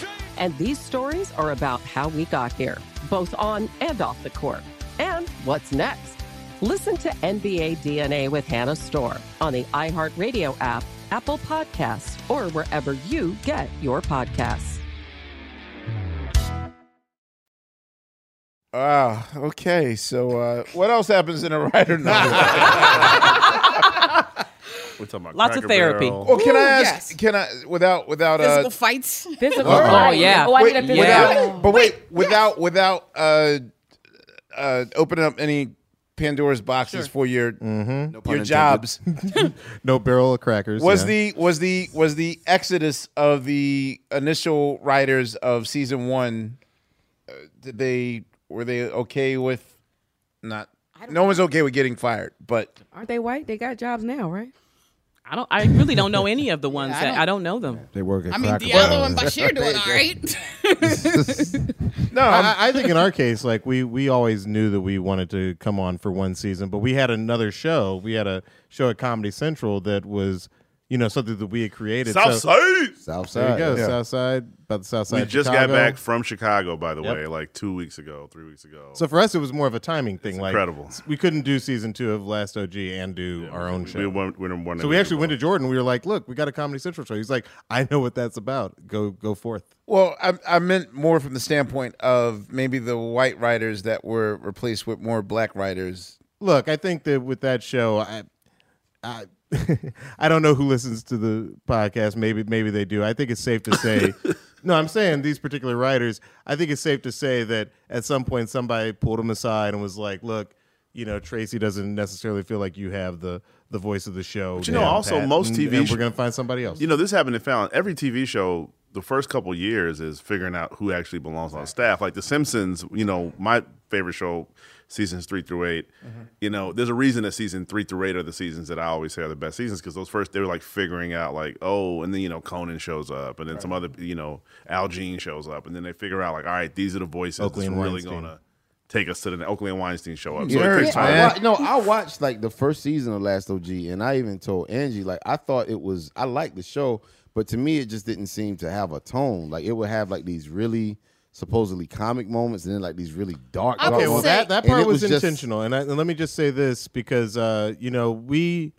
S15: James.
S13: And these stories are about how we got here, both on and off the court. And what's next? Listen to NBA DNA with Hannah Storr on the iHeartRadio app, Apple Podcasts, or wherever you get your podcasts.
S1: Ah, okay. So, uh, what else happens in a rider novel?
S4: We're talking about
S8: Lots of
S4: Cracker
S8: therapy.
S4: Barrel.
S1: Well, Oh, can I ask? Can I without without
S9: Physical
S1: uh,
S9: fights.
S7: Physical
S1: Uh-oh.
S7: fights. Oh, I need a
S1: Wait,
S7: physical
S1: without, but wait, without without uh, uh, opening up any Pandora's boxes for your
S4: Mm-hmm.
S1: your
S5: intended.
S1: jobs.
S5: [LAUGHS]
S4: [LAUGHS]
S5: no barrel of crackers.
S1: Was
S5: yeah.
S1: the was the was the exodus of the initial writers of season one? Uh, did they were they okay with not? No one's okay with getting fired, but
S7: Aren't they white? They got jobs now, right?
S8: I don't. I really don't know any of the ones
S7: Yeah, I
S8: that
S7: don't-
S8: I don't know them.
S6: They work at
S8: I mean,
S6: Cracker
S8: Diallo
S6: Barrel.
S8: and Bashir doing all [LAUGHS] right.
S2: [LAUGHS]
S1: no,
S5: I, I think in our case, like we we always knew that we wanted to come on for one season, but we had another show. We had a show at Comedy Central that was, you know, something that we had created.
S4: Southside!
S5: There you
S4: Southside,
S5: go,
S4: yeah.
S5: Southside. About the Southside.
S4: we
S5: of
S4: just
S5: Chicago.
S4: got back from Chicago, by the
S5: Yep.
S4: way, like two weeks ago, three weeks ago.
S5: So for us, it was more of a timing thing. like
S4: incredible.
S5: We couldn't do season two of Last OG and do our own
S4: we-
S5: show.
S4: we weren't- we weren't
S5: so
S4: able
S5: we
S4: to
S5: actually went to Jordan. We were like, "Look, we got a Comedy Central show." He's like, "I know what that's about. Go, go forth."
S1: Well, I, I meant more from the standpoint of maybe the white writers that were replaced with more black writers.
S5: Look, I think that with that show, I, I, I don't know who listens to the podcast. Maybe, maybe they do. I think it's safe to
S4: [LAUGHS]
S5: say. no, I'm saying these particular writers. I think it's safe to say that at some point somebody pulled them aside and was like, "Look, you know, Tracy doesn't necessarily feel like you have the the voice of the show."
S4: But you know,
S5: down
S4: also
S5: pat,
S4: most
S5: and-
S4: TV,
S5: and
S4: sh-
S5: we're gonna find somebody else.
S4: You know, this happened in Fallon. Every TV show, the first couple years is figuring out who actually belongs on staff. Like The Simpsons, you know, my favorite show, seasons three through 8
S2: Uh-huh.
S4: You know, there's a reason that season three through eight are the seasons that I always say are the best seasons because those first they were like figuring out like oh, and then you know Conan shows up, and then some other you know Al Jean shows up, and then they figure out like all right, these are the voices
S6: Oakley
S4: that's
S6: and
S4: really
S6: Weinstein.
S4: gonna take us to the Oakley and Weinstein show up. So it
S2: Yeah,
S4: takes time.
S2: I wa- no, I watched like the first season of Last OG, and I even told Angie like I thought it was. I liked the show, but to me, it just didn't seem to have a tone. Like it would have like these really supposedly comic moments, and then like these really dark. dark
S5: Okay, well
S2: moments.
S5: that, that
S2: And
S5: part
S2: it
S5: was,
S2: just-
S5: intentional, and, I, and let me just say this because uh, you know we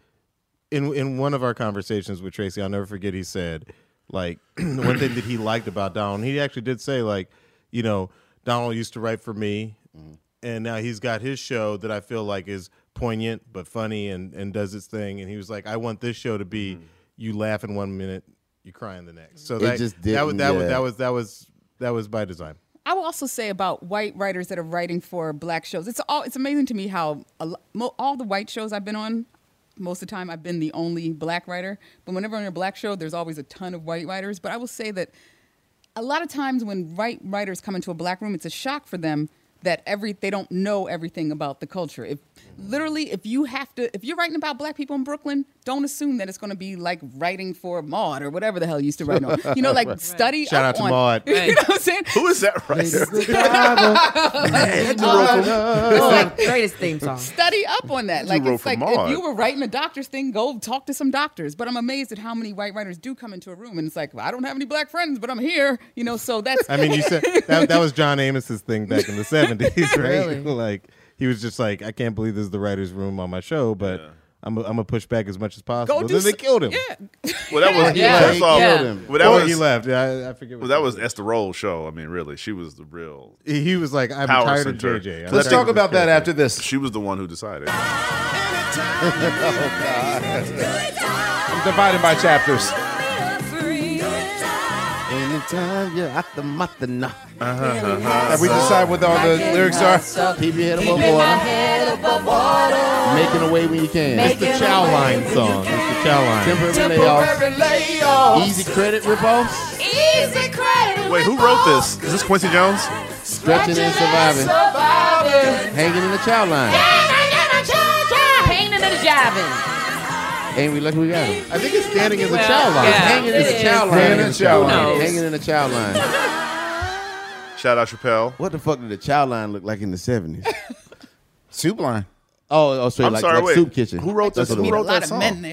S5: in in one of our conversations with Tracy, I'll never forget. He said like [CLEARS THROAT] one thing that he liked about Donald. He actually did say like you know Donald used to write for me,
S2: Mm-hmm.
S5: and now he's got his show that I feel like is poignant but funny and and does its thing. And he was like, I want this show to be you laugh in one minute, you cry in the next. So
S2: Mm-hmm. It
S5: that
S2: just
S5: that was
S2: didn't,
S5: that was
S2: yeah.
S5: that was that was that was by design.
S9: I will also say about white writers that are writing for black shows. It's all it's amazing to me how a, lo- mo- all the white shows I've been on, most of the time I've been the only black writer. But whenever I'm on a black show, there's always a ton of white writers. But I will say that a lot of times when white writers come into a black room, it's a shock for them that every they don't know everything about the culture. If literally, if you have to, if you're writing about black people in Brooklyn, don't assume that it's going to be like writing for Maud or whatever the hell you used to write on. You
S5: [LAUGHS]
S9: know, like
S4: Right.
S9: study.
S5: Shout
S9: up
S5: out to
S9: on-
S5: Maude.
S9: [LAUGHS] You know what I'm saying?
S4: Who is that writer?
S9: [LAUGHS]
S4: [LAUGHS]
S9: Man,
S7: Uh,
S4: It's like
S7: greatest theme song.
S9: Study up on that.
S4: You
S9: Like
S4: wrote
S9: it's
S4: for
S9: like
S4: Maude.
S9: if you were writing a doctor's thing, go talk to some doctors. But I'm amazed at how many white writers do come into a room and it's like, well, I don't have any black friends, but I'm here. You know, so that's.
S5: I mean, you said
S9: [LAUGHS]
S5: that, that was John Amos's thing back in the seventies, right? [LAUGHS]
S9: Really?
S5: like he was just like, I can't believe this is the writer's room on my show, but I'm I'm gonna push back as much as possible.
S9: do
S5: then they
S9: s-
S5: killed him.
S4: Well, that
S9: [LAUGHS]
S2: [LAUGHS]
S4: was
S5: Yeah.
S4: that's all.
S5: Yeah. Killed him.
S4: Well, that
S5: Or
S4: was
S5: he left. Yeah, I- I forget
S4: Well,
S5: what
S4: that was Esther Roll's show. I mean, really, she was the real.
S5: He- he was like, I'm
S4: power
S5: tired of
S4: center.
S5: JJ. I'm
S1: Let's
S5: tired
S1: talk
S5: of this
S1: about that
S5: character.
S1: after this.
S4: She was the one who decided.
S11: [LAUGHS]
S1: I'm divided by chapters.
S11: Anytime you're out the mouth and uh
S1: Uh-huh, Have we decided what all the lyrics are?
S11: Keep your head above water. Making a way when you can.
S6: It's the Chow Line song. It's the Chow Line.
S11: Temporary layoffs. Easy credit ripoffs.
S15: Easy credit.
S4: Wait, who wrote this? Is this Quincy Jones?
S11: Stretching and surviving. Hanging in the chow line.
S7: Pain in the jiving.
S11: Ain't we lucky we got it?
S6: I think it's standing in the
S11: Chow
S6: chow
S11: line.
S6: line.
S11: Hanging in the chow line.
S6: Standing in the chow line.
S11: Hanging in the chow line.
S4: Shout out Chappelle.
S11: What the fuck did the chow line look like in the 70s?
S1: Soup line.
S11: Oh, oh so
S1: I'm
S11: like,
S1: sorry,
S11: like
S1: wait.
S11: soup kitchen.
S1: Who wrote
S11: That's
S1: this?
S11: what it
S1: Who
S11: was.
S1: wrote that song?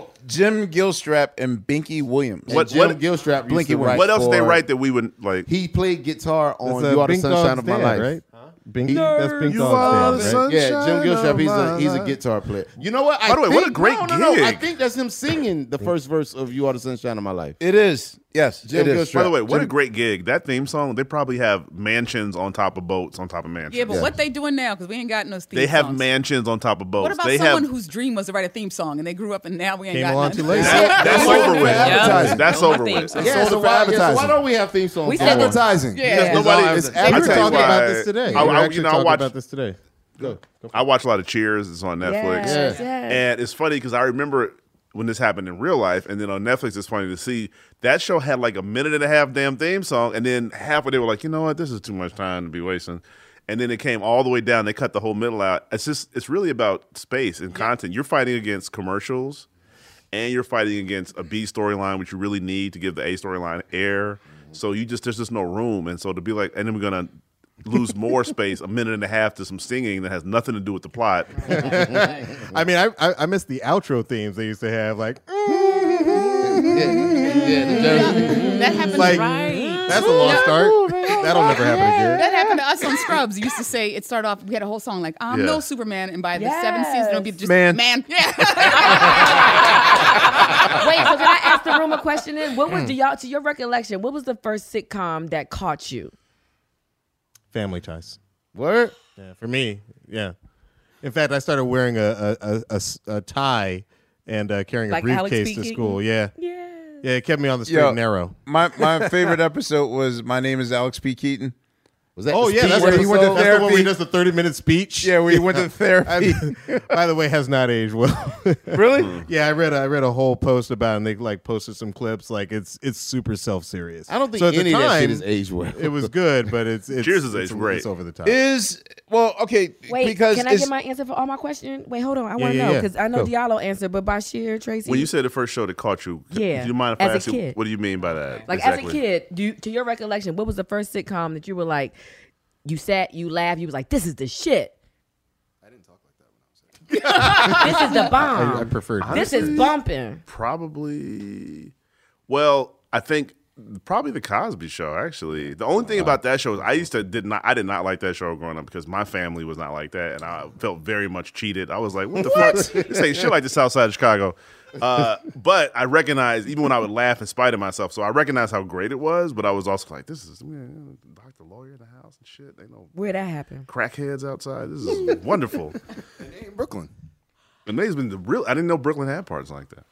S1: Uh, Jim Gilstrap and Binky Williams.
S11: And What- Jim what- Gilstrap used
S1: Blinky
S11: to
S1: Williams.
S11: write What else did they for- write
S4: that we would like?
S11: He played guitar on
S1: That's, uh,
S11: You Are the
S1: Bink
S11: Sunshine
S1: Dog's
S11: of My
S1: dad,
S11: Life.
S1: right?
S5: Bink- that's Bink You Dog's
S1: are dad, the right?
S11: Yeah, Jim
S1: sunshine of
S11: Gilstrap, he's
S1: my
S11: a, he's a
S1: life.
S11: guitar player. You know what? I
S1: By the way, what a
S11: think-
S1: great
S11: no, no, no, I
S1: gig.
S11: think that's him singing the first verse of You Are the Sunshine of My Life.
S1: It is. Yes,
S11: Jim Gilstrap.
S4: By the way, what a
S11: Jim-
S4: great gig! That theme song. They probably have mansions on top of boats on top of mansions.
S9: Yeah, but what they doing now? Because we ain't got no theme
S4: They have
S9: songs.
S4: mansions on top of boats.
S9: What about
S4: they
S9: someone
S4: have
S9: whose dream was to write a theme song and they grew up and now we ain't
S4: Came
S9: got
S4: along
S9: none?
S4: too
S9: [LAUGHS]
S4: late. That- that's
S9: Yeah.
S4: over with.
S9: Advertising.
S4: That's No more over theme with. songs.
S11: Yeah,
S4: Sold
S11: so
S4: it for
S11: why, yeah, so why
S4: advertising.
S11: don't we have theme songs?
S4: We
S11: anymore?
S4: said- Advertising. Yeah. Because nobody-
S11: all
S4: it's
S11: advertising.
S4: advertising.
S5: Talking
S4: Why-
S5: about this today.
S4: I-
S5: We were
S4: I- you
S5: actually
S4: know, I
S5: talking
S4: watched-
S5: about this today. Go.
S4: I watch a lot of Cheers. It's on Netflix.
S5: Yes, Yeah. yes.
S4: And it's funny because I remember when this happened in real life, and then on Netflix, it's funny to see that show had like a minute and a half damn theme song, and then half of it were like, you know what, this is too much time to be wasting. And then it came all the way down. They cut the whole middle out. It's just, it's really about space and content. You're fighting against commercials, and you're fighting against a B storyline, which you really need to give the A storyline air. So you just, there's just no room. And so to be like, and then we're gonna lose more space, a minute and a half to some singing that has nothing to do with the plot.
S5: [LAUGHS] I mean, I, I I miss the outro themes they used to have. Like,
S9: That happened
S5: Like,
S9: right.
S5: that's a lost art. That'll never happen again.
S9: That happened to us on Scrubs. You used to say it started off. We had a whole song like "I'm
S5: Yeah.
S9: no Superman," and by the seventh season, it'll be just
S5: Man.
S9: man. Yeah.
S4: [LAUGHS]
S7: Wait, so can I ask the room a question? Then, what
S12: Hmm.
S7: was do y'all to your recollection? What was the first sitcom that caught you?
S5: Family ties.
S11: What?
S5: Yeah, for me, yeah. In fact, I started wearing a a, a- a s- a tie and uh, carrying
S16: Like
S5: a
S16: Alex
S5: briefcase
S16: B.
S5: to
S16: Keaton?
S5: school. Yeah, yeah, yeah. It kept me on the straight
S1: Yo,
S5: and narrow.
S1: My
S5: [LAUGHS]
S1: my favorite episode was My Name is Alex P. Keaton.
S11: Was
S5: oh yeah, that's
S1: where
S5: the
S1: he went to
S5: episode- That's the one where he
S1: therapy.
S5: does the thirty-minute speech.
S1: Yeah, where
S5: [LAUGHS]
S1: he went to therapy.
S5: I- by the way, has not aged well.
S1: [LAUGHS] really?
S5: [LAUGHS] Yeah, I read I read a whole post about, it and they like posted some clips. Like it's it's super self-serious.
S11: I don't think
S5: so at the
S11: any of that shit
S5: time,
S11: is aged well.
S5: It was good, but [LAUGHS]
S1: [LAUGHS]
S5: it's, it's
S4: Cheers is
S5: it's,
S4: aged great.
S5: It's over the top.
S11: [LAUGHS]
S1: Is well, okay,
S7: Wait,
S1: because
S7: can I
S1: it's-
S7: get my answer for all my questions? Wait, hold on. I
S4: Yeah,
S7: want to
S4: yeah,
S7: know
S4: yeah.
S7: because I know
S4: Go.
S7: Diallo answered, but Bashir, Tracy.
S4: When you say the first show that caught you, c-
S7: Yeah,
S4: do you mind if I
S7: as a
S4: ask you
S7: kid.
S4: what do you mean by that?
S7: like as a
S4: exactly?
S7: kid, do you, to your recollection, what was the first sitcom that you were like, you sat, you laughed, you was like, this is the shit. I didn't talk like that when I was. [LAUGHS] this is the bomb.
S5: I- I preferred
S7: Um, This
S4: Honestly,
S7: is bumping.
S4: Probably. Well, I think probably the Cosby Show. Actually, the only thing about that show is I used to did not I did not like that show growing up because my family was not like that, and I felt very much cheated. I was like, what the fuck? [LAUGHS] This ain't shit like the South Side of Chicago. Uh, but I recognized even when I would laugh in spite of myself, so I recognized how great it was. But I was also like, this is doctor lawyer in the house and shit. They know
S7: Where that happened?
S4: crackheads outside. This is wonderful.
S7: in
S4: Brooklyn. And they's been the real. I didn't know Brooklyn had parts like that.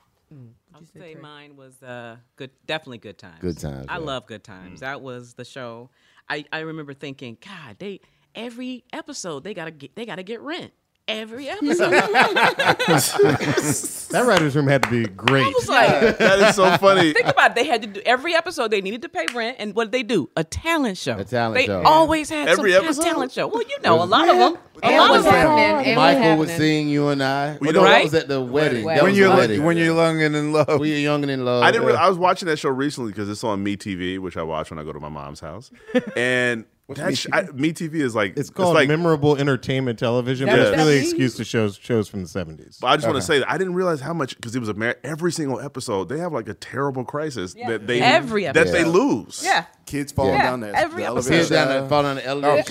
S8: I'd say mine was uh, good, definitely good times.
S4: Good Times,
S8: I
S4: yeah.
S8: love good times. That was the show. I, I remember thinking, God, they every episode they gotta get they gotta get rent.
S17: every episode.
S5: [LAUGHS] that writer's room had to be great.
S8: I was
S5: [LAUGHS]
S8: like, [LAUGHS]
S11: [LAUGHS]
S8: Think
S5: It
S8: about it. They had to do every episode. They needed to pay rent, and what did they do? A talent show. A
S11: talent
S8: they
S11: show.
S8: always had
S11: Every
S8: some kind of
S11: episode?
S8: talent show. Well, you know, a lot of them. A
S11: And
S8: lot of
S11: what's
S8: them.
S11: happening, and Michael was seeing you and I.
S4: We
S11: Well, no,
S4: don't-
S11: that was at the wedding. That
S4: When
S11: was
S4: you're
S11: the
S4: li-
S11: wedding.
S4: when
S11: you're
S1: young and in love.
S11: We are young and in love.
S1: Oh,
S4: I didn't. Really,
S11: Yeah.
S4: I was watching that show recently because it's on Me TV, which I watch when I go to my mom's house. And that sh- I, Me TV is like it's
S5: called
S4: like,
S5: memorable entertainment television,
S4: That
S5: but
S4: was
S5: it's really
S4: that means?
S5: excuse to shows shows from the seventies.
S4: But I just want to say that I didn't realize how much because it was a mar- every single episode they have like a terrible crisis that they
S8: Every
S4: that they
S8: episode.
S4: lose.
S8: Yeah.
S11: Kids
S4: falling Yeah,
S11: down there.
S8: every
S11: Kids
S4: episode.
S11: down there falling down the elevator
S4: Oh, God.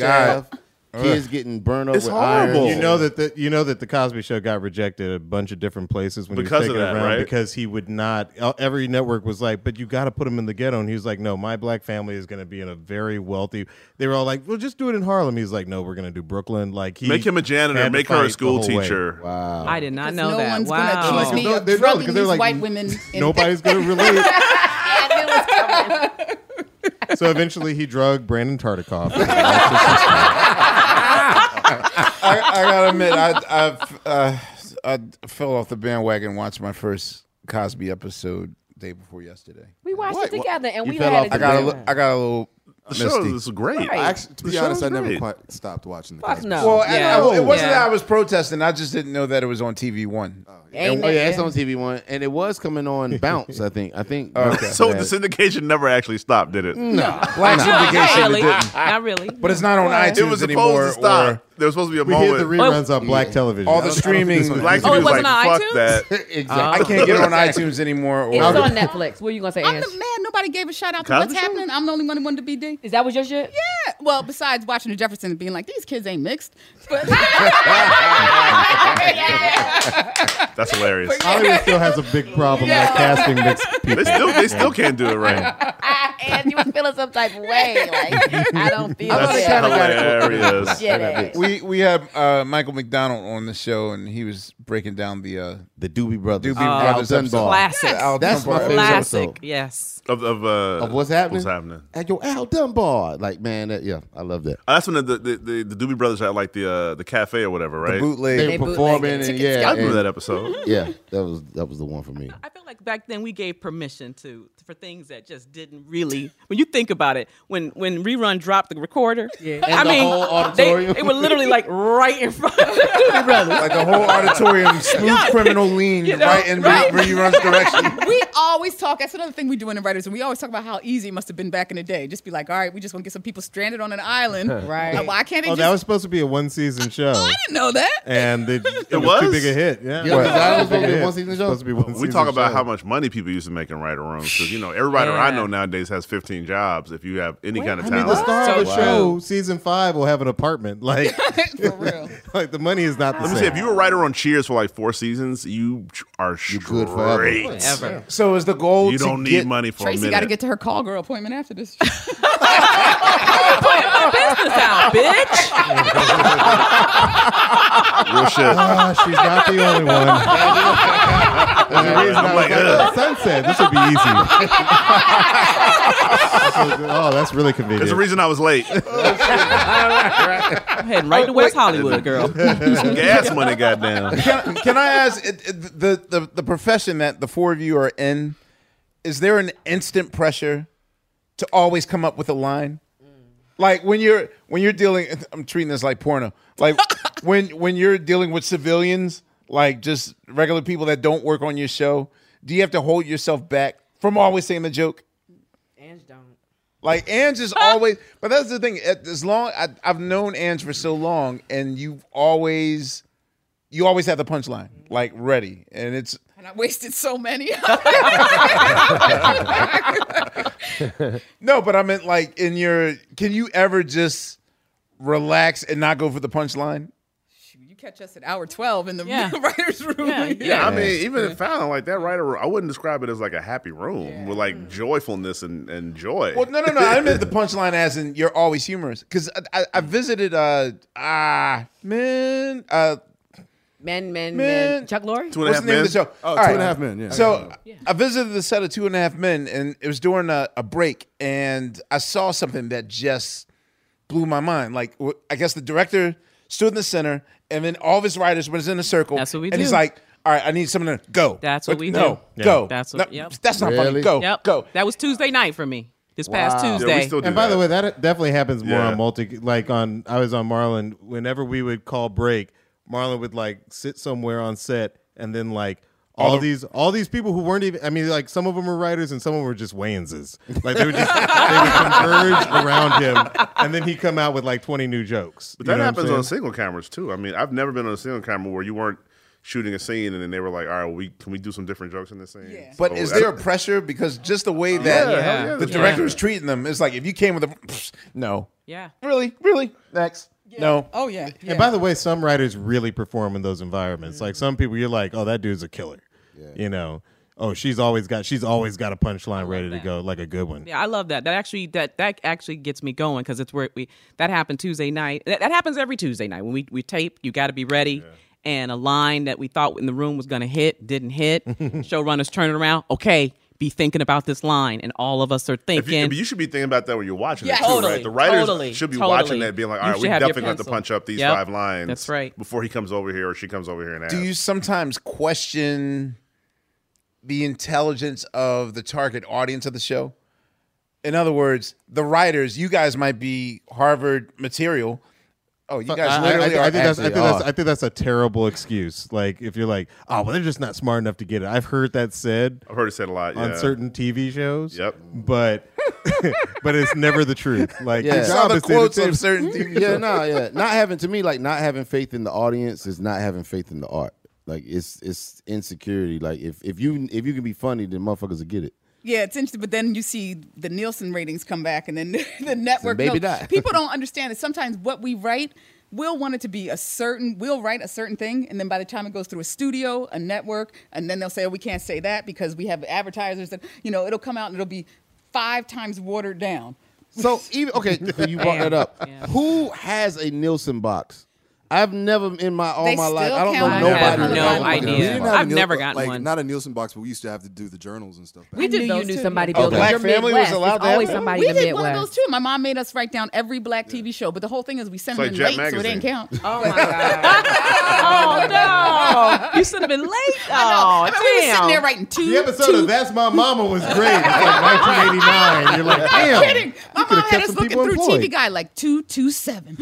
S11: shaft. Kids getting burned up with
S5: You
S11: irons.
S5: know that the you know that the Cosby Show got rejected a bunch of different places when
S4: Because
S5: he
S4: of
S5: was taken
S4: that,
S5: around
S4: right?
S5: because he would not. el- Every network was like, "But you got to put him in the ghetto," and he was like, "No, my black family is going to be in a very wealthy." They were all like, "Well, just do it in Harlem." He's like, "No, we're going to do Brooklyn." Like, he
S4: Make him a janitor,
S5: had to
S4: make her a
S5: fight the
S4: school
S5: whole way.
S4: teacher.
S11: Wow,
S8: I did not
S9: Because [LAUGHS]
S8: know
S9: no
S8: that.
S9: one's gonna
S8: wow.
S9: accuse me
S5: No,
S9: of
S5: they're not,
S9: drugging
S5: 'cause they're
S9: these
S5: like,
S9: white women. in-
S5: [LAUGHS] nobody's going to relate.
S17: I knew it was coming.
S5: [LAUGHS] so eventually, he drugged Brandon Tartikoff.
S11: [LAUGHS] Ah!
S1: I, I gotta admit, I, I've uh, I fell off the bandwagon. Watched my first Cosby episode day before yesterday.
S7: We watched it together and
S1: You
S7: we
S1: fell
S7: had
S1: off
S7: it
S1: I got a
S7: together.
S1: li- I got a little.
S4: The show
S1: misty.
S4: is great.
S7: Right.
S1: I
S7: Actually,
S11: to be honest, I never quite
S1: stopped watching the.
S7: Fuck Cosby no. Show.
S1: Well,
S7: Yeah. Oh,
S1: I, I, it wasn't
S7: Yeah.
S1: that I was protesting. I just didn't know that it was on TV One.
S11: And, oh yeah, it's on TV one, and it was coming on Bounce. I think. I think.
S4: Okay.
S11: Bounce
S4: So the
S11: had it.
S4: syndication never actually stopped, did it?
S11: No.
S1: Black
S11: No.
S1: syndication,
S11: Not
S8: really.
S1: it didn't.
S8: Not really.
S1: But it's not Mm. on
S8: Why?
S1: iTunes
S4: It was supposed
S1: anymore.
S4: to stop.
S1: or-
S4: there was supposed to be a
S5: We hear
S4: moment.
S5: the reruns on black television.
S1: All the streaming.
S4: Black TV was like, fuck that.
S1: [LAUGHS] I can't get [LAUGHS] on iTunes anymore. Or
S7: It was on Netflix. What are you gonna say,
S9: I'm
S7: Ash?
S9: the man. Nobody gave a shout out to
S7: Cosby
S9: what's
S7: Show?
S9: happening. I'm the only one who wanted to be D.
S7: Is that what your shit?
S9: Yeah. Well, besides watching the Jefferson and being like, these kids ain't mixed. [LAUGHS] But
S4: That's hilarious.
S5: Hollywood still has a big problem
S9: Yeah.
S5: with casting mixed people.
S4: They still, they still can't do it right.
S7: [LAUGHS] and you was feeling some type of way. Like I don't
S11: [LAUGHS]
S7: feel
S1: I thought it
S7: it.
S1: kinda got it.
S4: hilarious.
S7: Shit ass.
S1: We we had uh, Michael McDonald on the show, and he was breaking down the uh,
S11: the Doobie Brothers,
S1: Doobie
S11: Al
S1: Brothers
S11: Dunbar.
S1: episode.
S11: Classic.
S1: Yeah, Al
S11: That's my
S1: Dunbar
S11: favorite
S1: episode.
S11: Classic,
S8: yes.
S4: Of of, uh,
S11: Of what's happening?
S4: What's happening?
S11: At your Al Dunbar, like man, that, yeah, I love that.
S4: Oh, that's when the the, the the Doobie Brothers had like the uh, the cafe or whatever, right?
S11: bootleg. They They performing bootleg it. and, yeah,
S4: I remember
S11: and-
S5: [LAUGHS]
S4: that episode.
S11: [LAUGHS] Yeah, that was that was the one for me.
S8: I feel like back then we gave permission to for things that just didn't really. When you think about it, when when rerun dropped the recorder, yeah. I
S11: And the
S8: mean,
S11: whole
S8: They,
S11: auditorium.
S8: they were literally like right in front of the brothers.
S1: Like the whole auditorium,
S7: [LAUGHS]
S1: smooth criminal lean
S8: You know,
S1: right in
S8: right?
S1: where you runs direction.
S9: [LAUGHS] we always talk. That's another thing we do in the writers, and we always talk about how easy it must have been back in the day. Just be like, all right, we just want to get some people stranded on an
S8: [LAUGHS]
S9: island.
S4: [LAUGHS]
S7: Right.
S9: Uh, Why can't they
S5: Oh,
S9: just? Oh,
S5: that was supposed to be a
S9: [LAUGHS]
S5: one season show. I
S9: didn't know that.
S5: And they, it, was, too
S4: was?
S5: big a hit. Yeah,
S4: Yeah, that was
S5: Big a
S4: only
S5: hit.
S4: one season
S5: It's
S4: show?
S5: Supposed to be one
S4: we
S5: season
S4: talk about
S5: show.
S4: how much money people used to make in writer rooms because you know everybody I know nowadays has 15 jobs if you have any kind of
S5: I
S4: talent.
S5: mean, the star of the
S4: Wow.
S5: show, season five, will have an apartment. [LAUGHS] Like, like the money is not the
S4: Let me
S5: same.
S4: say, if you were a writer on Cheers for like four seasons, you are straight.
S5: good forever. Forever.
S1: So is the goal?
S4: You
S1: to
S4: don't need
S1: get-
S4: money for a
S9: Tracy
S4: minute.
S9: got to get to her call girl appointment after
S8: [LAUGHS]
S9: this. [LAUGHS]
S8: business out, bitch.
S4: Real shit.
S18: Uh,
S5: Ah, she's not the
S9: [LAUGHS]
S5: only one. There's a reason I
S4: I'm
S5: was
S4: like, ugh.
S5: like, sunset. This would be [LAUGHS] easy. oh, that's really convenient.
S4: There's a reason I was late.
S8: I'm heading right to West Hollywood, girl.
S4: [LAUGHS] Some gas money, goddamn.
S1: Can, can I ask it- it- the, the the profession that the four of you are in? Is there an instant pressure to always come up with a line? Like when you're when you're dealing, I'm treating this like porno.
S8: [LAUGHS]
S1: Like when when you're dealing with civilians, like just regular people that don't work on your show, do you have to hold yourself back from always saying the joke? Like Ange is always, but that's the thing. at- As long I, I've known Ange for so long, and you've always, you always have the punchline like ready, and it's
S9: and I wasted so many. [LAUGHS]
S1: no. But I meant like in your, can you ever just relax and not go for the punchline?
S9: you catch us at hour twelve in the
S8: Yeah.
S9: [LAUGHS] writers' room.
S4: Yeah, I mean, even in Fallon, like that writer, room, I wouldn't describe it as like a happy room with like joyfulness and, and joy.
S1: Well, no, no, no. I meant the punchline as in you're always humorous. Because I, I, I visited, uh, ah, man, uh,
S7: Men, men,
S1: Man.
S7: men. Chuck Lorre.
S1: What's the name of the show?
S11: Oh,
S1: All
S11: Two
S1: right.
S11: and a Half Men, yeah.
S1: So I visited the set of Two and a Half Men, and it was during a, a break, and I saw something that just blew my mind. Like wh- I guess the director stood in the center, and then all of his riders was in a circle. That's what we and he's
S8: do.
S1: like, all right, I need someone to go.
S8: That's what
S1: Like,
S8: we
S1: no,
S8: do.
S1: Go.
S8: That's
S1: No,
S8: what. yep.
S1: That's not funny. Go.
S8: Yep.
S1: Go.
S8: That was Tuesday night for me. This past Tuesday.
S5: and by the way, that definitely happens more
S4: Yeah.
S5: on multi. Like on, I was on Marlon. Whenever we would call break, Marlon would like sit somewhere on set, and then like
S4: All
S5: all,
S4: the-
S5: these all these people who weren't even. I mean, like some of them were writers, and some of them were just Wayanses. Like they would just they
S4: [LAUGHS]
S5: would converge around him, and then he would come out with like twenty new jokes.
S4: But
S5: You
S4: that
S5: know what I'm
S4: happens
S5: saying?
S4: on single cameras too. I mean, I've never been on a single camera where you weren't shooting a scene and then they were like, "All right, well, we can we do some different jokes in this scene." Yeah.
S1: But is there a pressure because just the way that
S4: Oh, Yeah, hell yeah,
S1: the
S4: there's
S1: director's treating them is like if you came with a [LAUGHS] pfft, no,
S8: Yeah.
S1: really, really next, no.
S9: Oh yeah. yeah.
S5: And by the way, some writers really perform in those environments. Like some people, you're like, oh, that dude's a killer. You know, oh, she's always got she's always got a punchline ready to go, like a good one.
S8: Yeah, I love that. That actually that that actually gets me going because it's where we that happened Tuesday night. That, that happens every Tuesday night when we we tape. You got to be ready. And a line that we thought in the room was going to hit didn't
S5: [LAUGHS]
S8: hit. Showrunners turning around. Okay, be thinking about this line, and all of us are
S4: If you,
S8: thinking.
S4: but you should be thinking about that when you're watching
S8: Yes.
S4: it too,
S8: Totally,
S4: right? The writers
S8: totally,
S4: should be
S8: totally.
S4: watching that, being like,
S8: You
S4: "All right,
S8: should
S4: we
S8: have your
S4: definitely got to
S8: pencil.
S4: punch up these
S8: Yep.
S4: five lines."
S8: That's right.
S4: Before he comes over here or she comes over here and asks.
S1: Do you sometimes question the intelligence of the target audience of the show? In other words, the writers, you guys might be Harvard material. Oh, you
S5: Fuck,
S1: guys
S5: I- I-
S1: literally
S5: I, I,
S1: are.
S5: think that's, I, think
S1: actually
S5: that's,
S1: are.
S5: I think that's a terrible excuse. Like if you're like, oh, well, they're just not smart enough to get it. I've heard that said.
S4: I've heard it said a lot
S5: on
S4: yeah.
S5: certain TV shows.
S4: Yep.
S5: But [LAUGHS] but it's never the truth. Like your
S11: yeah,
S5: job is to entertain-
S11: [LAUGHS] yeah,
S4: [LAUGHS]
S11: no, yeah. Not having to me, like not having faith in the audience is not having faith in the art. Like it's it's insecurity. Like if if you if you can be funny, then motherfuckers will get it.
S9: Yeah, it's interesting, but then you see the Nielsen ratings come back, and then [LAUGHS] the network.
S11: baby
S9: knows.
S11: die.
S9: People don't understand that sometimes what we write, we'll want it to be a certain. We'll write a certain thing, and then by the time it goes through a studio, a network, and then they'll say, "Oh, we can't say that because we have advertisers." That you know, it'll come out and it'll be five times watered down.
S11: So even okay, [LAUGHS] so you brought that up. Who has a Nielsen box? I've never in my all
S9: They
S11: my life.
S9: still
S11: I don't know
S9: count
S11: nobody.
S9: them. I have
S11: that
S9: no
S11: has a fucking
S9: idea.
S11: Nielsen
S9: I've
S11: box.
S9: I've never
S18: got
S9: gotten
S18: like,
S9: one.
S18: Not a Nielsen box, but we used to have to do the journals and stuff.
S9: We I did knew you those knew too. somebody
S18: built
S9: Black
S18: up. Oh, family was allowed
S9: It's
S18: to have
S9: always
S18: that?
S9: somebody
S18: We
S9: in the
S18: did
S9: Midwest. one of
S18: Midwest.
S9: those too. My mom made us write down every black TV show, but the whole thing is we sent
S18: It's
S9: them
S18: like
S9: in late,
S18: Jet
S9: so it didn't count.
S8: Oh my
S9: [LAUGHS]
S8: god! oh no! You should have been late. Oh
S9: I know. I mean, we were sitting
S8: damn!
S9: there writing two-
S5: The episode of That's My Mama was great. It's like
S9: [LAUGHS]
S5: 1989. You're
S4: [LAUGHS]
S5: like,
S9: I'm
S5: damn.
S9: kidding. My mom had
S5: kept
S9: us
S5: some
S9: looking
S5: people
S9: through
S12: [LAUGHS]
S5: employed.
S9: TV Guide like two two seven.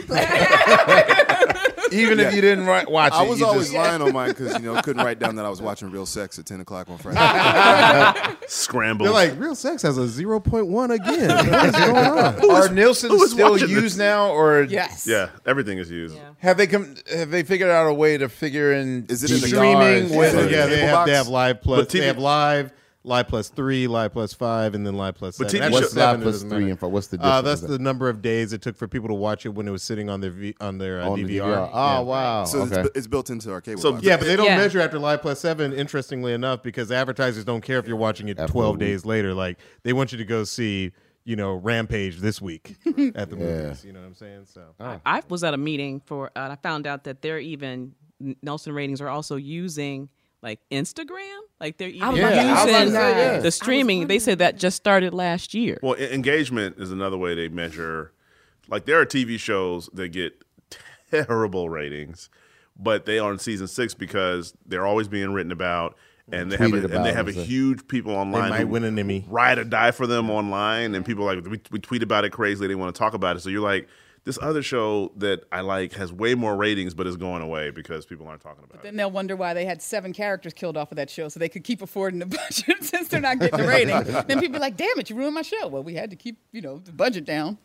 S1: Even if you didn't ri- watch
S18: I
S1: it,
S18: was
S1: you
S18: always
S1: just-
S18: lying on mine because you know couldn't write down that I was watching Real Sex at ten o'clock on Friday.
S4: Scramble.
S5: They're like, real sex has a 0.1 again. What is going on?
S1: [LAUGHS] Are Nielsen still used now, or
S9: yes?
S4: Yeah, everything is used.
S1: Have they come? Have they figured out a way to figure in
S4: Is
S5: it in the
S1: streaming
S5: yards?
S1: with
S5: Yeah, yeah, they have, they have live plus.
S1: But TV
S5: they have live, live plus three, live plus five, and then live plus
S11: But
S5: seven.
S11: TV
S5: That's
S11: show-
S5: just seven,
S11: Live
S5: it
S11: plus
S5: doesn't
S11: three
S5: matter.
S11: and four. What's the
S5: Uh,
S11: difference?
S5: that's the number of days it took for people to watch it when it was sitting on their v- on their uh,
S11: On the
S5: DVR.
S11: DVR. Oh,
S5: Yeah.
S11: wow.
S18: So it's
S11: Okay.
S18: bu- it's, built into our cable. box.
S5: yeah, but they don't measure after Live Plus Seven. Interestingly enough, because advertisers don't care if you're watching it twelve days later. Like they want you to go see, you know, Rampage this week
S11: [LAUGHS]
S5: at the movies. You know what I'm saying? So
S8: I was at a meeting for, uh, and I found out that they're even N- Nelson ratings are also using like Instagram, like they're
S9: I
S8: even
S9: was about to- I was about to
S8: using
S9: say, yeah. I
S8: the
S9: was
S8: streaming. They said that just started last year.
S4: Well, e- engagement is another way they measure. Like there are TV shows that get terrible ratings, but they are in season six because they're always being written about, and they have
S5: Tweeted
S4: a, and
S5: about,
S4: they have a
S5: so-
S4: huge people online.
S5: might
S4: who
S5: win an Emmy.
S4: ride or die for them online, and people are like we, we tweet about it crazily. They want to talk about it, so you're like. This other show that I like has way more ratings, but is going away because people aren't talking about it.
S9: Then they'll wonder why they had seven characters killed off of that show so they could keep affording the [LAUGHS] budget since they're not getting the rating. then people be like, damn it, you ruined my show. Well, we had to keep, you know, the budget down.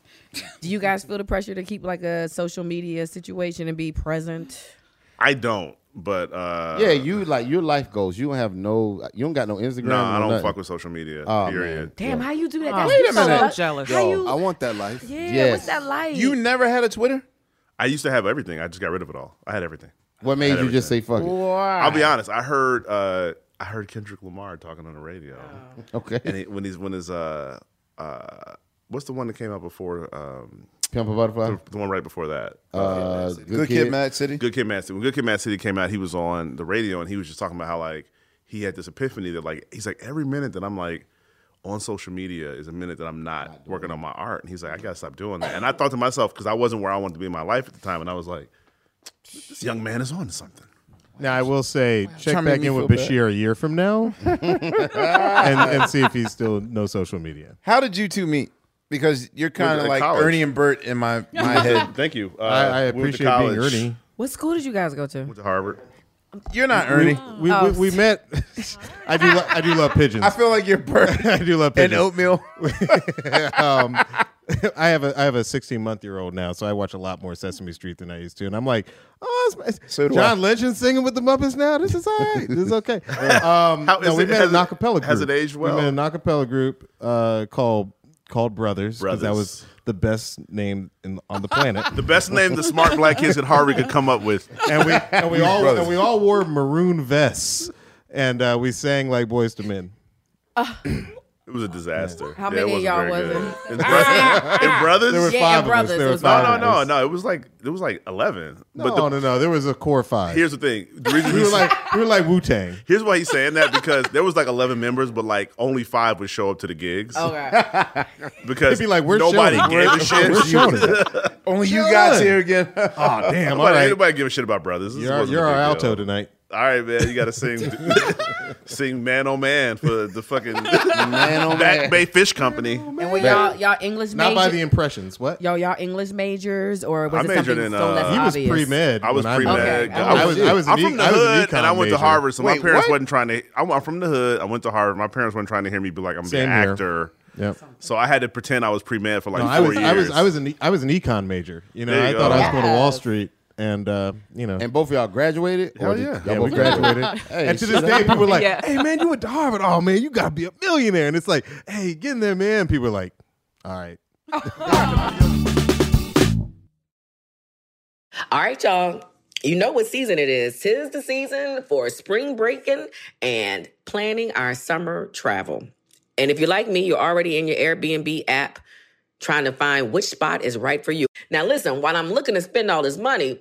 S7: Do you guys feel the pressure to keep like a social media situation and be present?
S4: I don't, but uh,
S11: yeah, you like your life goals. You don't have no. You don't got no Instagram.
S4: No, I
S11: no
S4: don't
S11: nothing.
S4: fuck with social media.
S11: Oh, man.
S4: period.
S7: Damn, how you do that?
S11: Oh,
S7: That's
S11: wait a
S7: so
S11: minute.
S7: much-
S11: Jealous.
S7: How
S11: Yo,
S7: you?
S18: I want that life.
S7: yeah, what's that like?
S1: You never had a Twitter?
S4: I used to have everything. I just got rid of it all. I had everything.
S11: What made
S4: I had
S11: you just say
S4: everything.
S11: fuck it? Why?
S4: I'll be honest. I heard uh, I heard Kendrick Lamar talking on the radio.
S11: Okay.
S4: And he, when he's when his uh uh what's the one that came out before um
S11: Pimp a butterfly.
S4: the, the one right before that. Oh,
S11: Uh, Good Good Kid, Kid, Mad
S1: City.
S4: Good Kid, Mad City. When Good Kid, Mad City came out, he was on the radio and he was just talking about how like he had this epiphany that like he's like every minute that I'm like on social media is a minute that I'm not, working
S5: Mm-hmm.
S4: on my art, and he's like I gotta stop doing that. And I thought to myself because I wasn't where I wanted to be in my life at the time, and I was like, This young man is on to something.
S5: Now I will say, check
S4: Trying to
S5: back
S4: make
S5: in
S4: me
S5: with
S4: feel bad.
S5: Bashir a year from
S11: [LAUGHS]
S5: now, and, and see if he's still no social media.
S1: How did you two meet? Because you're kind
S5: at
S1: of like
S5: college.
S1: Ernie and Bert
S7: [LAUGHS]
S1: in my
S5: [LAUGHS]
S1: my head.
S4: Thank you. Uh,
S5: I, I
S4: we went to
S5: appreciate being
S4: college.
S5: Ernie.
S7: What school did you guys go to? Oh.
S4: to Harvard.
S1: You're not
S5: We-
S1: Ernie.
S5: We, we, we
S12: Oh.
S5: met. [LAUGHS] [LAUGHS] I do. Lo- I do love pigeons.
S1: I feel like you're Bert.
S5: [LAUGHS] I do love
S1: and
S5: pigeons.
S1: oatmeal.
S5: [LAUGHS] um, [LAUGHS] I have a I have a 16 month year old now, so I watch a lot more Sesame Street than I used to, and I'm like, oh, that's my-
S1: So do
S5: John
S1: I.
S5: Legend singing with the Muppets now. This is all right. This is
S4: [LAUGHS]
S5: okay. Um,
S4: How
S5: no,
S4: is
S5: we
S4: it-
S5: met
S4: has
S5: an
S4: it-
S5: acapella group.
S4: has it aged well?
S5: We met an acapella group uh, called called Brothers because that
S4: Brothers.
S5: was the best name in, on the planet.
S4: [LAUGHS] The best name the smart black kids at Harvard could come up with.
S5: and we and we
S4: These
S5: all
S4: brothers.
S5: and we all wore maroon vests, and uh, we sang like boys to men.
S4: It was a disaster.
S5: How
S4: it
S5: many of
S4: wasn't
S5: y'all
S4: very
S5: was
S4: good.
S5: it?
S4: And brothers? and brothers?
S5: There were Yeah, five and of us. brothers. There were It was five
S4: no,
S5: of
S4: no, no,
S5: us.
S4: no. It was like it was like eleven.
S5: No, no, no. There was a core five.
S4: Here's the thing. The reason
S5: [LAUGHS] We
S4: he's
S5: were like we were like Wu Tang.
S4: [LAUGHS] here's why he's saying that because there was like eleven members, but like only five would show up to the gigs.
S1: Okay.
S4: [LAUGHS] because
S1: They'd be like, "We're
S4: nobody
S1: showing.
S4: gave
S1: We're-
S4: a shit.
S1: [LAUGHS]
S4: Oh,
S1: we're showing.
S4: [LAUGHS]
S1: Only you guys here again. [LAUGHS]
S5: Aw, damn, all
S4: Nobody,
S5: right.
S4: Anybody give a shit about brothers? This
S5: You're our-
S4: wasn't
S5: you're
S4: a big
S5: our
S4: deal.
S5: alto tonight.
S4: All right, man. You got
S1: [LAUGHS]
S4: to sing, sing "Man Oh Man" for the fucking
S5: Man.
S4: Back Bay Fish Company.
S7: And were y'all y'all English
S5: Not by
S7: major-
S5: the impressions. What?
S7: Y'all y'all English majors or was
S4: I
S7: it
S4: majored
S7: something
S4: in.
S7: so
S4: Uh,
S7: less obvious?
S5: pre-med
S4: I was
S5: when I
S4: pre med.
S5: met. I was- I was
S4: I'm
S5: an
S4: from
S5: e-
S4: the
S5: I was an
S4: hood, and I
S5: econ
S4: went to
S5: major.
S4: Harvard. So my
S5: Wait,
S4: parents
S5: what?
S4: wasn't trying to. I'm, I'm from the hood. I went to Harvard. My parents weren't trying to hear me be like I'm gonna be
S5: Same
S4: an
S5: here.
S4: actor.
S5: Yep.
S4: So I had to pretend I was pre med for like
S5: No,
S4: four
S5: I was
S4: years.
S5: I was I was an e- I was an econ major. You know,
S4: There you
S5: I thought
S4: go.
S5: I was going to Wall
S4: Yes.
S5: Street, and uh, you know,
S11: and both of y'all graduated.
S5: Hell
S11: Or did-
S5: yeah,
S11: y'all
S5: yeah,
S11: both
S5: we graduated.
S11: Hey,
S5: and to
S11: shut
S5: this day,
S11: up.
S5: people are like,
S11: Yeah.
S5: "Hey man, you went to Harvard. Oh man, you got to be a millionaire." And it's like, "Hey, get in there, man." People are like, "All right."
S12: All right, y'all. You know what season it is. Tis the season for spring breaking and planning our summer travel. And if you're like me, you're already in your Airbnb app trying to find which spot is right for you. Now, listen, while I'm looking to spend all this money,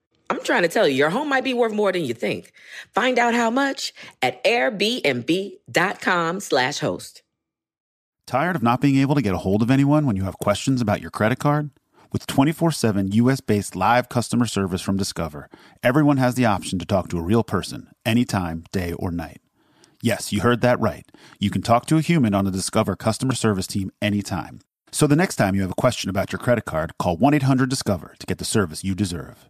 S12: I'm trying to tell you, your home might be worth more than you think. Find out how much at airbnb.com slash host.
S14: Tired of not being able to get a hold of anyone when you have questions about your credit card? With 24 7 US based live customer service from Discover, everyone has the option to talk to a real person anytime, day or night. Yes, you heard that right. You can talk to a human on the Discover customer service team anytime. So the next time you have a question about your credit card, call 1 800 Discover to get the service you deserve.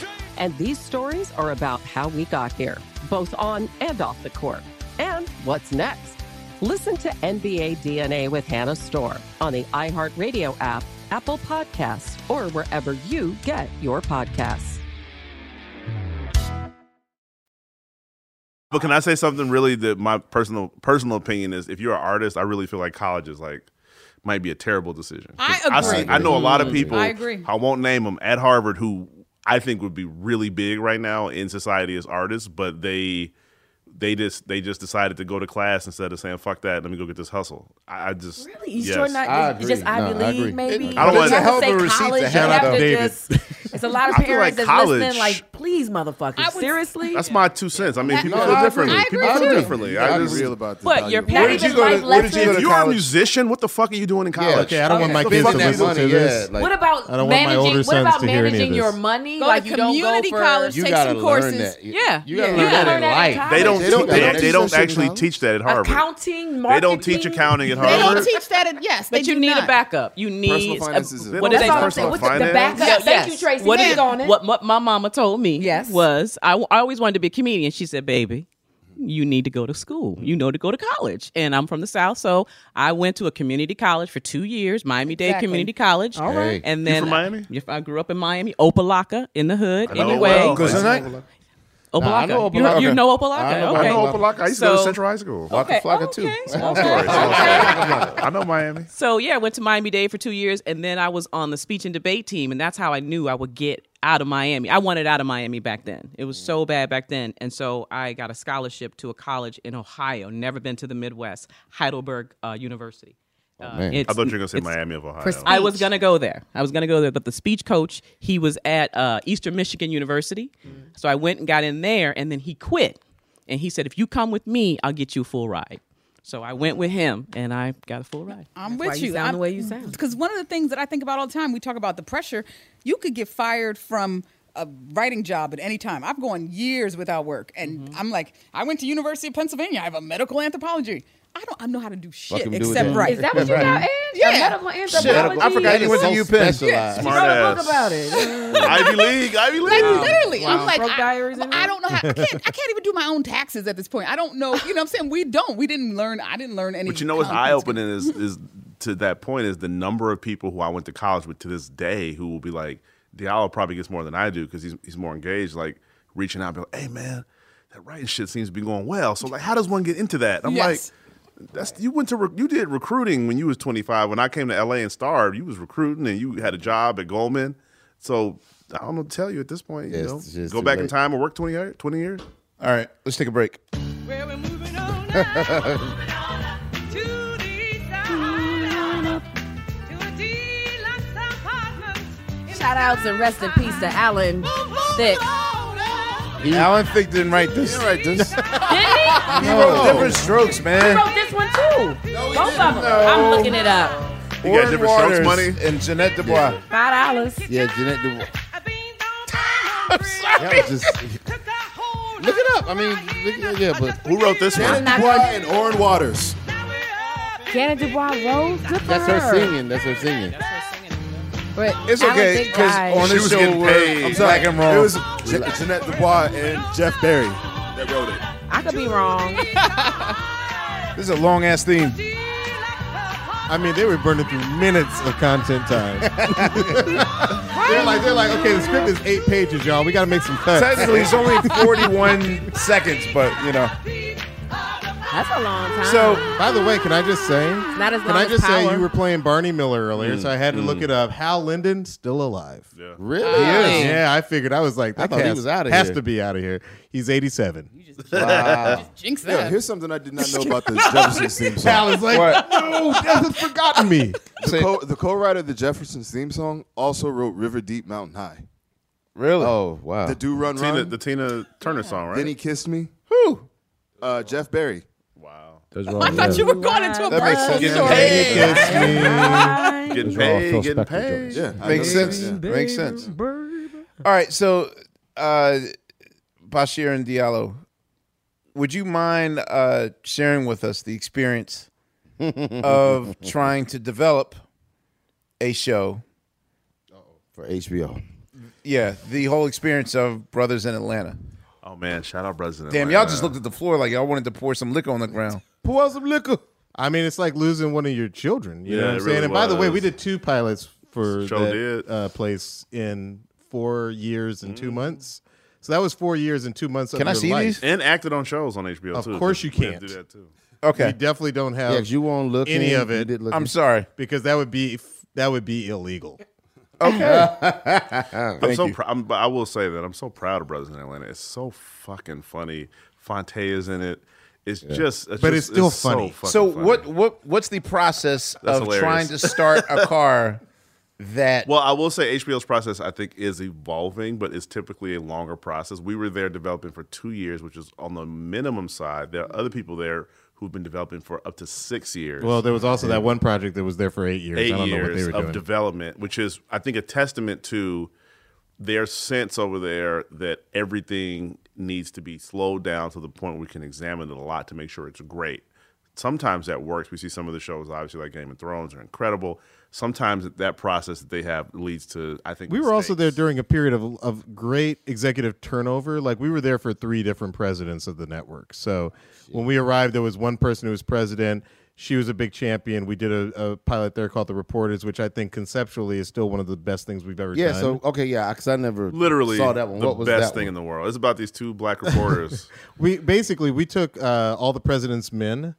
S15: James.
S13: And these stories are about how we got here, both on and off the court. And what's next? Listen to NBA DNA with Hannah Storr on the iHeartRadio app, Apple Podcasts, or wherever you get your podcasts.
S4: But can I say something really that my personal personal opinion is if you're an artist, I really feel like college is like might be a terrible decision. 'Cause
S9: I
S4: see-
S9: agree.
S4: I know a lot of
S9: Mm.
S4: people.
S9: I agree.
S4: I won't name them at Harvard who I think would be really big right now in society as artists, but they they just they just decided to go to class instead of saying fuck that. Let me go get this hustle. I, I just really
S7: You sure not? it's just Ivy League, maybe.
S4: I
S7: But
S4: don't want
S7: it's a hell of a receipt to hand out, David. It's a lot of
S4: I feel
S7: parents
S12: [LAUGHS]
S4: like
S7: that's listening.
S4: college-
S7: Like, please, motherfuckers. Seriously?
S4: That's my two cents. I mean,
S7: I-
S4: people
S7: No,
S4: feel
S7: I agree.
S4: differently.
S7: I agree
S4: people feel
S7: too.
S4: differently.
S18: Yeah,
S4: I
S18: I'm
S4: just
S18: real about this
S8: What, value your of money.
S4: Where did you go to?
S8: parents'
S4: Where did
S8: life
S4: you go to
S8: lessons?
S4: You're a
S8: college?
S4: musician. What the fuck are you doing in
S8: Yeah,
S4: college?
S5: okay, I don't want my
S4: The
S5: kids
S4: fuck
S5: to
S4: are you
S5: listen
S4: doing?
S5: to this.
S7: what about
S5: I don't want my
S7: managing?
S5: older
S7: what
S5: sons
S7: about
S5: to hear any of
S7: managing your
S5: this.
S7: money?
S9: Go to
S7: like you don't go
S9: community
S7: for,
S9: college,
S11: You take gotta some learn courses. that. You-
S7: Yeah,
S11: you gotta
S7: yeah.
S11: learn that in life.
S7: college.
S4: They don't.
S11: They don't-
S4: They don't,
S11: they
S4: they
S11: don't
S4: don't
S11: teach
S4: actually
S11: that
S4: teach that at Harvard. [LAUGHS]
S7: Accounting,
S4: They
S7: marketing.
S4: don't teach accounting at
S7: They
S4: Harvard.
S7: don't
S19: teach that. At, yes,
S8: But
S19: they
S8: you
S19: do
S8: need
S19: not.
S8: a backup. You need
S19: Personal finance
S8: a,
S19: is a-
S8: what do they
S19: That's what I'm saying.
S8: What
S19: What's the- the finance? backup? Thank you, Tracy.
S8: What,
S19: Hands
S8: is-
S19: on it.
S8: what what my mama told me
S19: Yes.
S8: was I, I always wanted to be a comedian. She said, "Baby, you need to go to school. You know to go to college." And I'm from the South, so I went to a community college for two years, Miami Dade
S19: Exactly.
S8: Community College.
S19: All right. Hey.
S8: And
S19: You
S8: then
S19: from Miami?
S8: If I grew up in Miami, Opalaka in the hood.
S4: I know it
S8: Anyway,
S4: well. Good night.
S8: Opalaka.
S4: Nah, I know
S8: You-
S4: Opelika.
S8: You, know Opalaka.
S4: I know- I
S8: okay.
S4: know Opelika. I used to go to Central High School. Waka Flocka, too. Small story, small story. I know Miami.
S8: So yeah, I went to Miami Dade for two years, and then I was on the speech and debate team, and that's how I knew I would get out of Miami. I wanted out of Miami back then. It was so bad back then, and so I got a scholarship to a college in Ohio. Never been to the Midwest, Heidelberg uh, University. Uh,
S4: man.
S8: it's-
S4: I thought you were gonna say
S8: it's-
S4: Miami of Ohio.
S8: For I was gonna go there. I was gonna go there, but the speech coach he was at uh, Eastern Michigan University, so I went and got in there, and then he quit, and he said, "If you come with me, I'll get you a full ride." So I went with him, and I got a full ride.
S9: I'm
S8: That's
S9: with
S8: why you
S9: you.
S8: sound the way you
S9: sound. Because one of the things that I think about all the time, we talk about the pressure. You could get fired from a writing job at any time. I've gone years without work, and
S8: Mm-hmm.
S9: I'm like, I went to University of Pennsylvania. I have a medical anthropology. I don't. I know how to do shit
S11: Fucking do it
S9: except
S11: then.
S9: write.
S11: Is that what you got, Right. Ange?
S7: A
S9: Yeah.
S7: medical anthropology? I forgot you went to
S11: So
S7: UPenn. Yeah.
S11: specialized.
S7: She wrote a book about it.
S4: Ivy League, Ivy League.
S9: Like literally, I'm like,
S7: Broke
S9: I, I don't know how. I can't.
S11: [LAUGHS]
S9: I can't even do my own taxes at this point. I don't know. You know what I'm saying? We don't. We didn't learn. I didn't learn any.
S4: But you know what's
S9: concepts.
S4: eye opening is is to that point is the number of people who I went to college with to this day who will be like, Diallo probably gets more than I do because he's he's more engaged, like reaching out and be like, Hey man, that writing shit seems to be going well. So like how does one get into that? And I'm
S9: Yes.
S4: like that's you went to rec- you did recruiting when you was 25. When I came to LA and starved, you was recruiting and you had a job at Goldman. So I don't know what to tell you at this point. You
S1: Yes, it's
S4: know,
S1: just
S4: go
S1: too
S4: back in
S1: late.
S4: time and work 20 years. 20 years.
S1: All right, let's take a break.
S7: Shout outs and rest in peace to Alan Thick.
S1: Alan Thicke didn't write this. [LAUGHS] He write this.
S7: Didn't
S1: he
S7: he?
S1: wrote different strokes,
S7: He
S1: man.
S7: wrote this one too. Both of them. I'm looking it up.
S1: He
S4: got different strokes money?
S1: And Jeanette Dubois.
S7: Five dollars.
S11: Yeah, Jeanette
S1: [LAUGHS]
S11: Dubois.
S1: I'm sorry.
S11: That was just- look it up. I mean, look, yeah, but
S4: who wrote this
S11: one?
S18: Dubois and Orrin Waters.
S7: Janet Dubois Rose. Good for
S11: That's her singing. That's her singing.
S7: But
S18: It's
S7: Alan
S18: okay
S7: Thicke
S18: because
S7: died.
S18: on this show, we're- I'm sorry,
S1: Black and wrong.
S18: It was Je- Jeanette Dubois and Jeff Berry
S5: [LAUGHS]
S18: that wrote it.
S7: I could be wrong.
S1: This is a long ass theme.
S5: I mean, they were burning through minutes of content time.
S3: [LAUGHS]
S1: they're
S5: like, they're like, okay, the script is eight pages, y'all. We got to make some cuts.
S1: Technically,
S5: [LAUGHS]
S1: it's only 41 seconds, but you know.
S7: That's a long time.
S5: So, by the way, can I just say?
S7: Not as
S5: Can
S7: long
S5: I
S7: as
S5: just say
S7: power.
S5: you were playing Barney Miller earlier,
S11: Mm,
S5: so I had to look
S11: mm.
S5: it up. Hal Linden still alive? Yeah.
S11: Really?
S5: He is.
S11: Wow.
S5: Yeah, I figured. I was like,
S11: I
S5: that
S11: thought he
S5: cast
S11: was outta
S5: Has
S11: here.
S5: to be out of here. He's eighty-seven. [LAUGHS]
S18: Wow.
S5: Just
S18: jinxed Yeah, that. here's something I did not know about the Jeffersons theme song.
S5: Hal is like,
S18: What?
S5: no, that's has forgotten me.
S18: The, co- the co-writer of the Jeffersons theme song also wrote River Deep Mountain High.
S1: Really?
S11: Oh wow.
S18: The Do Run
S4: Tina,
S18: Run.
S4: The Tina Turner song, right?
S18: Then he kissed me. Who? Uh, Jeff Berry. Wow.
S11: I thought you
S9: were going into a
S18: That makes
S9: personal
S18: sense.
S9: story.
S1: [LAUGHS]
S9: Getting
S3: [LAUGHS]
S4: paid. Getting paid, getting paid.
S18: Yeah, I
S1: makes
S18: know.
S1: sense.
S18: Yeah.
S1: Makes sense. All right, so uh, Bashir and Diallo, would you mind uh, sharing with us the
S4: [LAUGHS]
S1: experience of trying to develop a show?
S11: For HBO.
S1: Yeah, the whole experience of Brothers in Atlanta.
S4: Oh man, shout out Brothers in
S1: Damn,
S4: Atlanta.
S1: y'all just looked at the floor like y'all wanted to pour some liquor on the ground.
S5: Pour out some liquor. I mean, it's like losing one of your children. You
S4: Yeah,
S5: know what I'm
S4: it
S5: saying?
S4: really
S5: and by the way, we
S4: was.
S5: did two pilots for
S4: Sure
S5: that uh, place in four years and
S4: Mm.
S5: two months. So that was four years and two months. of your life.
S4: And acted on shows on HBO.
S5: Of
S4: too.
S5: course you
S4: We had to
S5: can't.
S4: do that too.
S1: Okay.
S5: We definitely don't have.
S11: Yeah, 'cause you won't look
S5: any
S11: in,
S5: of
S11: you
S5: it.
S11: did look
S1: I'm
S5: [LAUGHS]
S1: in. sorry
S5: because that would be that would be illegal.
S4: I'm so proud. But I will say that I'm so proud of Brothers in Atlanta. It's so fucking funny. Fonte is in it. It's just, it's
S1: But
S4: just-
S1: it's still
S4: so
S1: funny.
S4: fucking
S1: So
S4: funny.
S1: what what what's the process
S4: That's
S1: of
S4: hilarious. [LAUGHS]
S1: trying to start a car that
S4: Well, I will say HBO's process I think is evolving, but it's typically a longer process. We were there developing for two years, which is on the minimum side. There are other people there who've been developing for up to six years.
S5: [LAUGHS] Well, there was also that one project that was there for eight years.
S4: Eight
S5: I don't know what they
S4: years
S5: were
S4: of
S5: doing.
S4: development, which is I think a testament to their sense over there that everything needs to be slowed down to the point where we can examine it a lot to make sure it's great. Sometimes that works. We see some of the shows, obviously, like Game of Thrones, are incredible. Sometimes that process that they have leads to, I think,
S5: we were also there during a period of, of great executive turnover. Like we were there for three different presidents of the network. So when we arrived, there was one person who was president. She was a big champion. We did a, a pilot there called The Reporters, which I think conceptually is still one of the best things we've ever
S11: Yeah.
S5: done.
S11: So okay. Yeah. Because I never
S4: literally
S11: saw that one.
S4: the
S11: what was
S4: best
S11: that
S4: thing
S11: one?
S4: in the world. It's about these two
S11: [LAUGHS]
S4: black reporters.
S5: we basically we took uh, all the president's
S1: [LAUGHS]
S5: men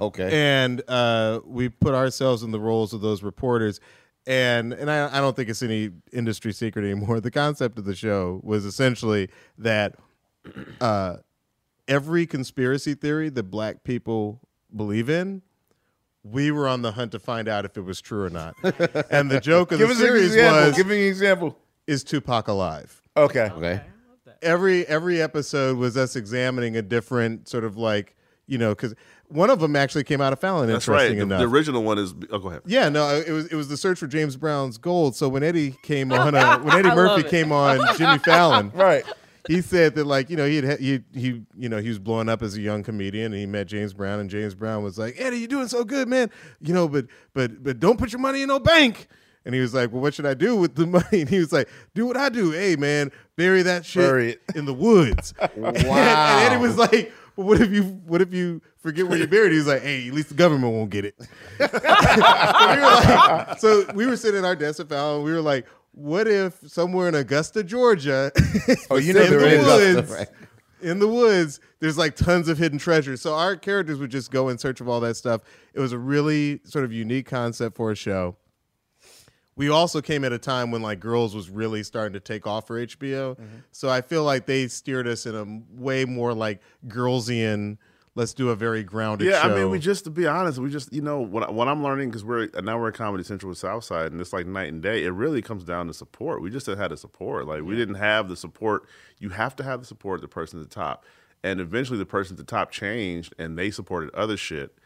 S5: okay and uh, we put ourselves in the roles of those reporters and and I, I don't think it's any industry secret anymore the concept of the show was essentially that [CLEARS THROAT] uh, every conspiracy theory that black people believe in we were on the hunt to find out if it was true or
S1: [LAUGHS]
S5: not and the joke of
S1: Give
S5: the
S1: us an
S5: series
S1: example.
S5: was
S1: Give me an example
S5: is tupac alive
S1: Okay.
S11: Okay.
S5: every every episode was us examining a different sort of like you know because one of them actually came out of Fallon.
S4: That's right.
S5: interesting
S4: The, the
S5: enough.
S4: original one is. Oh, go ahead.
S5: yeah, no, it was it was the search for James Brown's gold. So when Eddie
S4: [LAUGHS]
S5: came on, uh, when
S4: I
S5: Eddie
S4: love
S5: Murphy
S4: it.
S5: came
S4: [LAUGHS]
S5: on Jimmy Fallon,
S1: right?
S5: He said that like you know he had he he you know he was blowing up as a young comedian and he met James Brown and James Brown was like Eddie, you're doing so good, man. You know, but but but don't put your money in no bank. And he was like, well, what should I do with the [LAUGHS] money? And he was like, do what I do. Hey, man, bury that shit
S1: Bury
S5: in the woods. [LAUGHS] wow. And, and Eddie was like, well, what if you what if you forget where you buried? it? He was like, hey, at least the government won't get it. so, we were like, so we were sitting at our desk at Fallon, and we were like, what if somewhere in Augusta, Georgia, [LAUGHS]
S1: Oh, you know
S5: in
S1: there
S5: the
S1: is.
S5: woods,
S1: Right.
S5: in the woods, there's like tons of hidden treasures. So our characters would just go in search of all that stuff. It was a really sort of unique concept for a show. We also came at a time when like girls was really starting to take off for HBO.
S1: Mm-hmm.
S5: So I feel like they steered us in a way more like girlsian, let's do a very grounded
S4: Yeah,
S5: show.
S4: I mean, we just to be honest, we just you know what what I'm learning because we're now we're at Comedy Central with Southside, and it's like night and day. It really comes down to support. We just had a support. Like we didn't have the support. You have to have the support of the person at the top, and eventually the person at the top changed, and they supported other shit,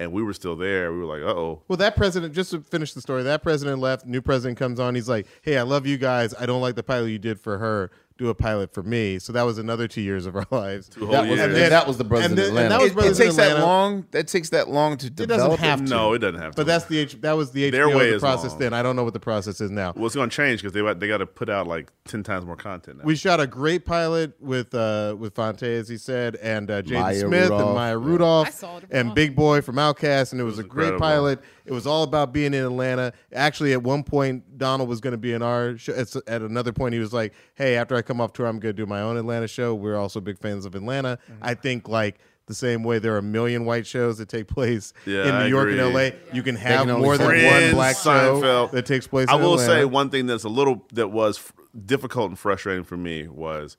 S4: and we were still there. We were like, uh oh,
S5: Well, that president, just to finish the story, that president left, new president comes on. He's like, hey, I love you guys. I don't like the pilot you did for her. Do a pilot for me. So that was another two years of our [LAUGHS] lives.
S4: Oh,
S11: Two whole That was- years. that was the Brothers
S5: and
S11: in
S5: then- and
S11: Atlanta.
S5: that was
S11: It-
S5: Brothers
S1: it takes
S5: in
S1: that
S5: Atlanta.
S1: long. That takes that long to
S5: It
S1: develop.
S5: doesn't have to.
S4: No, it doesn't have to.
S5: But that's the H, that was the
S4: Their
S5: HBO
S4: way
S5: the
S4: is
S5: process
S4: long.
S5: then. I don't know what the process is now.
S4: well, it's going to change because they they got to put out like ten times more content. Now.
S5: We shot a great pilot with uh, with Fonte, as he said, and uh, Jaden
S4: Maya
S5: Smith and
S4: Rudolph.
S5: Maya
S4: Yeah.
S5: Rudolph
S4: I saw it.
S5: and Big Boy from Outcast, and it was, a great
S4: incredible.
S5: pilot. It was all about being in Atlanta. Actually, at one point, Donald was going to be in our show. At, s- at another point, he was like, "Hey, after I come off tour, I'm going to do my own Atlanta show." We're also big fans of Atlanta.
S4: Mm-hmm.
S5: I think like. The same way there are a million white shows that take place
S4: Yeah,
S5: in New
S4: I
S5: York
S4: agree.
S5: and LA. You can
S4: They
S5: have
S4: can only
S5: more than
S4: sell
S5: one
S4: Friends,
S5: black show
S4: Seinfeld.
S5: that takes place.
S4: I
S5: in
S4: will
S5: Atlanta.
S4: say one thing that's a little that was f- difficult and frustrating for me was,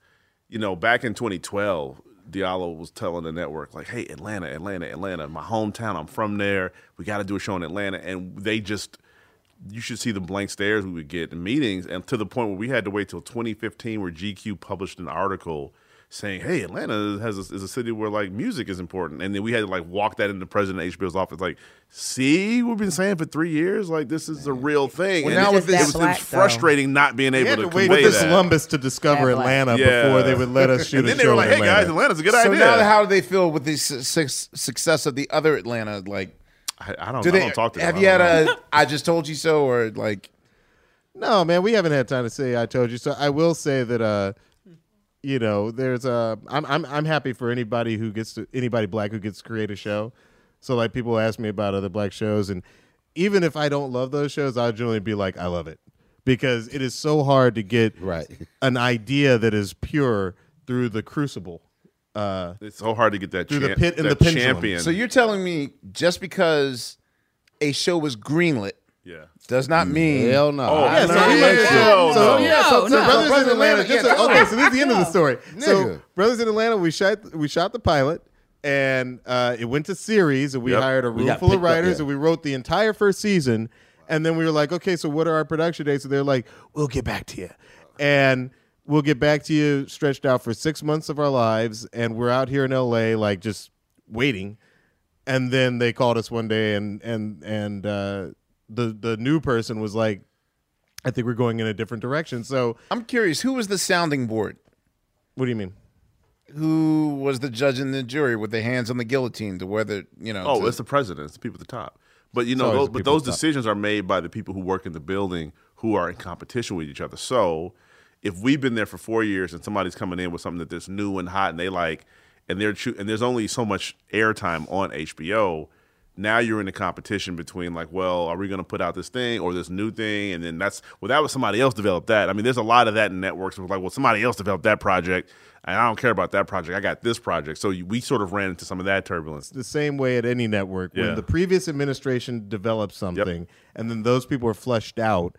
S4: you know, back in 2012, Diallo was telling the network like, "Hey, Atlanta, Atlanta, Atlanta, my hometown. I'm from there. We got to do a show in Atlanta," and they just. You should see the blank stares we would get in meetings, and to the point where we had to wait till 2015, where GQ published an article saying, "Hey, Atlanta has a, is a city where like music is important," and then we had to like walk that into President HBO's office, like, "See, we've been saying for three years, like this is a real thing."
S5: Well,
S4: and
S5: now
S4: it,
S5: with this-
S4: it was, it was
S5: Black, though.
S4: frustrating not being
S5: We
S4: able
S5: had
S4: to,
S5: to wait
S4: convey
S5: with
S4: that.
S5: Columbus to discover
S4: That black.
S5: Atlanta
S4: Yeah.
S5: before they would let
S4: [LAUGHS]
S5: us shoot
S4: And
S5: a
S4: then they were
S5: show
S4: like,
S5: in
S4: "Hey, guys, Atlanta's a good
S1: so
S4: idea."
S1: now, how do they feel with the su- su- success of the other Atlanta? Like,
S4: I, I don't.
S1: do
S4: I
S1: they,
S4: don't talk to them.
S1: Have
S4: I
S1: you had
S4: don't
S1: a?
S4: know.
S1: I just told you so, or like?
S5: No, man, we haven't had time to say I told you. So I will say that uh you know, there's uh I'm I'm I'm happy for anybody who gets to anybody black who gets to create a show. So like people ask me about other black shows and even if I don't love those shows, I'll generally be like, I love it. Because it is so hard to get
S11: right
S5: an idea that is pure through the crucible. Uh
S4: It's so hard to get that
S5: through the
S4: champ-
S5: pit and the
S4: that
S5: pendulum.
S4: champion.
S1: So you're telling me just because a show was greenlit,
S4: Yeah.
S1: does
S5: Mm.
S1: not mean
S11: Hell no. Oh,
S5: Yeah, so
S1: Nah,
S5: we
S1: yeah,
S5: went-
S1: yeah,
S5: so-
S1: yeah,
S5: yeah, so- so Brothers in Atlanta. just-
S1: yeah,
S5: okay, so this is the end of the story.
S1: Nigga.
S5: So Brothers in Atlanta, we shot we shot the pilot, and uh, it went to series, and we
S11: Yep.
S5: hired a
S11: We
S5: room
S11: got
S5: full of
S11: picked up,
S5: writers,
S11: yeah.
S5: and we wrote the entire first season. And then we were like, okay, so what are our production dates? And they're like, we'll get back to you. And we'll get back to you stretched out for six months of our lives. And we're out here in LA, like just waiting. And then they called us one day and and and uh the the new person was like, I think we're going in a different direction. So
S1: I'm curious, who was the sounding board?
S5: What do you mean?
S1: Who was the judge and the jury with their hands on the guillotine to whether you know?
S4: Oh,
S1: to-
S4: it's the president. It's the people at the top. But you
S1: It's
S4: know,
S1: always
S4: those,
S1: the
S4: but
S1: people
S4: those
S1: at the top.
S4: decisions are made by the people who work in the building who are in competition with each other. So if we've been there for four years and somebody's coming in with something that that's new and hot and they like, and they're choo- and there's only so much airtime on HBO. Now you're in a competition between like, well, are we going to put out this thing or this new thing? And then that's well, that was somebody else developed that. I mean, there's a lot of that in networks. Where like, well, somebody else developed that project, and I don't care about that project. I got this project. So you, we sort of ran into some of that turbulence.
S5: the same way at any network
S4: Yeah.
S5: when the previous administration develops something and then those people are flushed out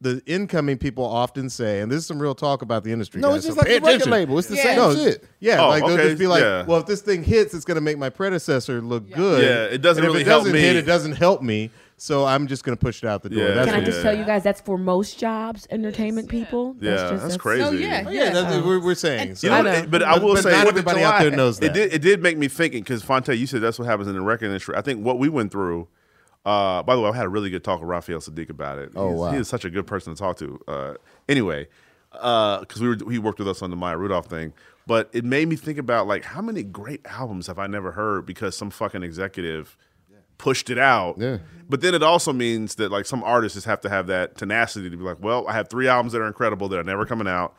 S5: the incoming people often say, and this is some real talk about the industry.
S11: No,
S5: guys,
S11: it's just
S5: so
S11: like
S5: pay
S11: the record
S5: attention.
S11: label. It's the same shit.
S5: Yeah,
S11: Oh,
S5: like they'll
S11: okay,
S5: just be like,
S11: yeah.
S5: "Well, if this thing hits, it's going to make my predecessor look good."
S4: Yeah, it doesn't
S5: and if
S4: really
S5: it
S4: help
S5: doesn't
S4: me.
S5: Hit, it doesn't help me, so I'm just going to push it out the door.
S4: Yeah.
S5: That's
S7: Can I
S5: what
S7: just
S5: it
S7: tell
S5: is.
S7: you guys that's for most jobs, entertainment people?
S5: Yeah, that's
S4: crazy.
S5: Oh, yeah,
S4: Oh,
S5: yeah. Yeah, that's what we're- we're saying, so-
S4: You know,
S5: I know.
S4: it- but I
S5: But-
S4: will
S5: but
S4: say,
S5: not everybody out there knows
S4: It
S5: that.
S4: did, it did make me thinking because Fonte, you said that's what happens in the record industry. I think what we went through. Uh, by the way, I had a really good talk with Rafael Sadiq about it.
S11: Oh,
S4: He's-
S11: wow.
S4: he is such a good person to talk to. Uh, anyway, because we were he worked with us on the Maya Rudolph thing, but it made me think about like how many great albums have I never heard because some fucking executive pushed it out. Yeah. But then it also means that like some artists just have to have that tenacity to be like, well, I have three albums that are incredible that are never coming out.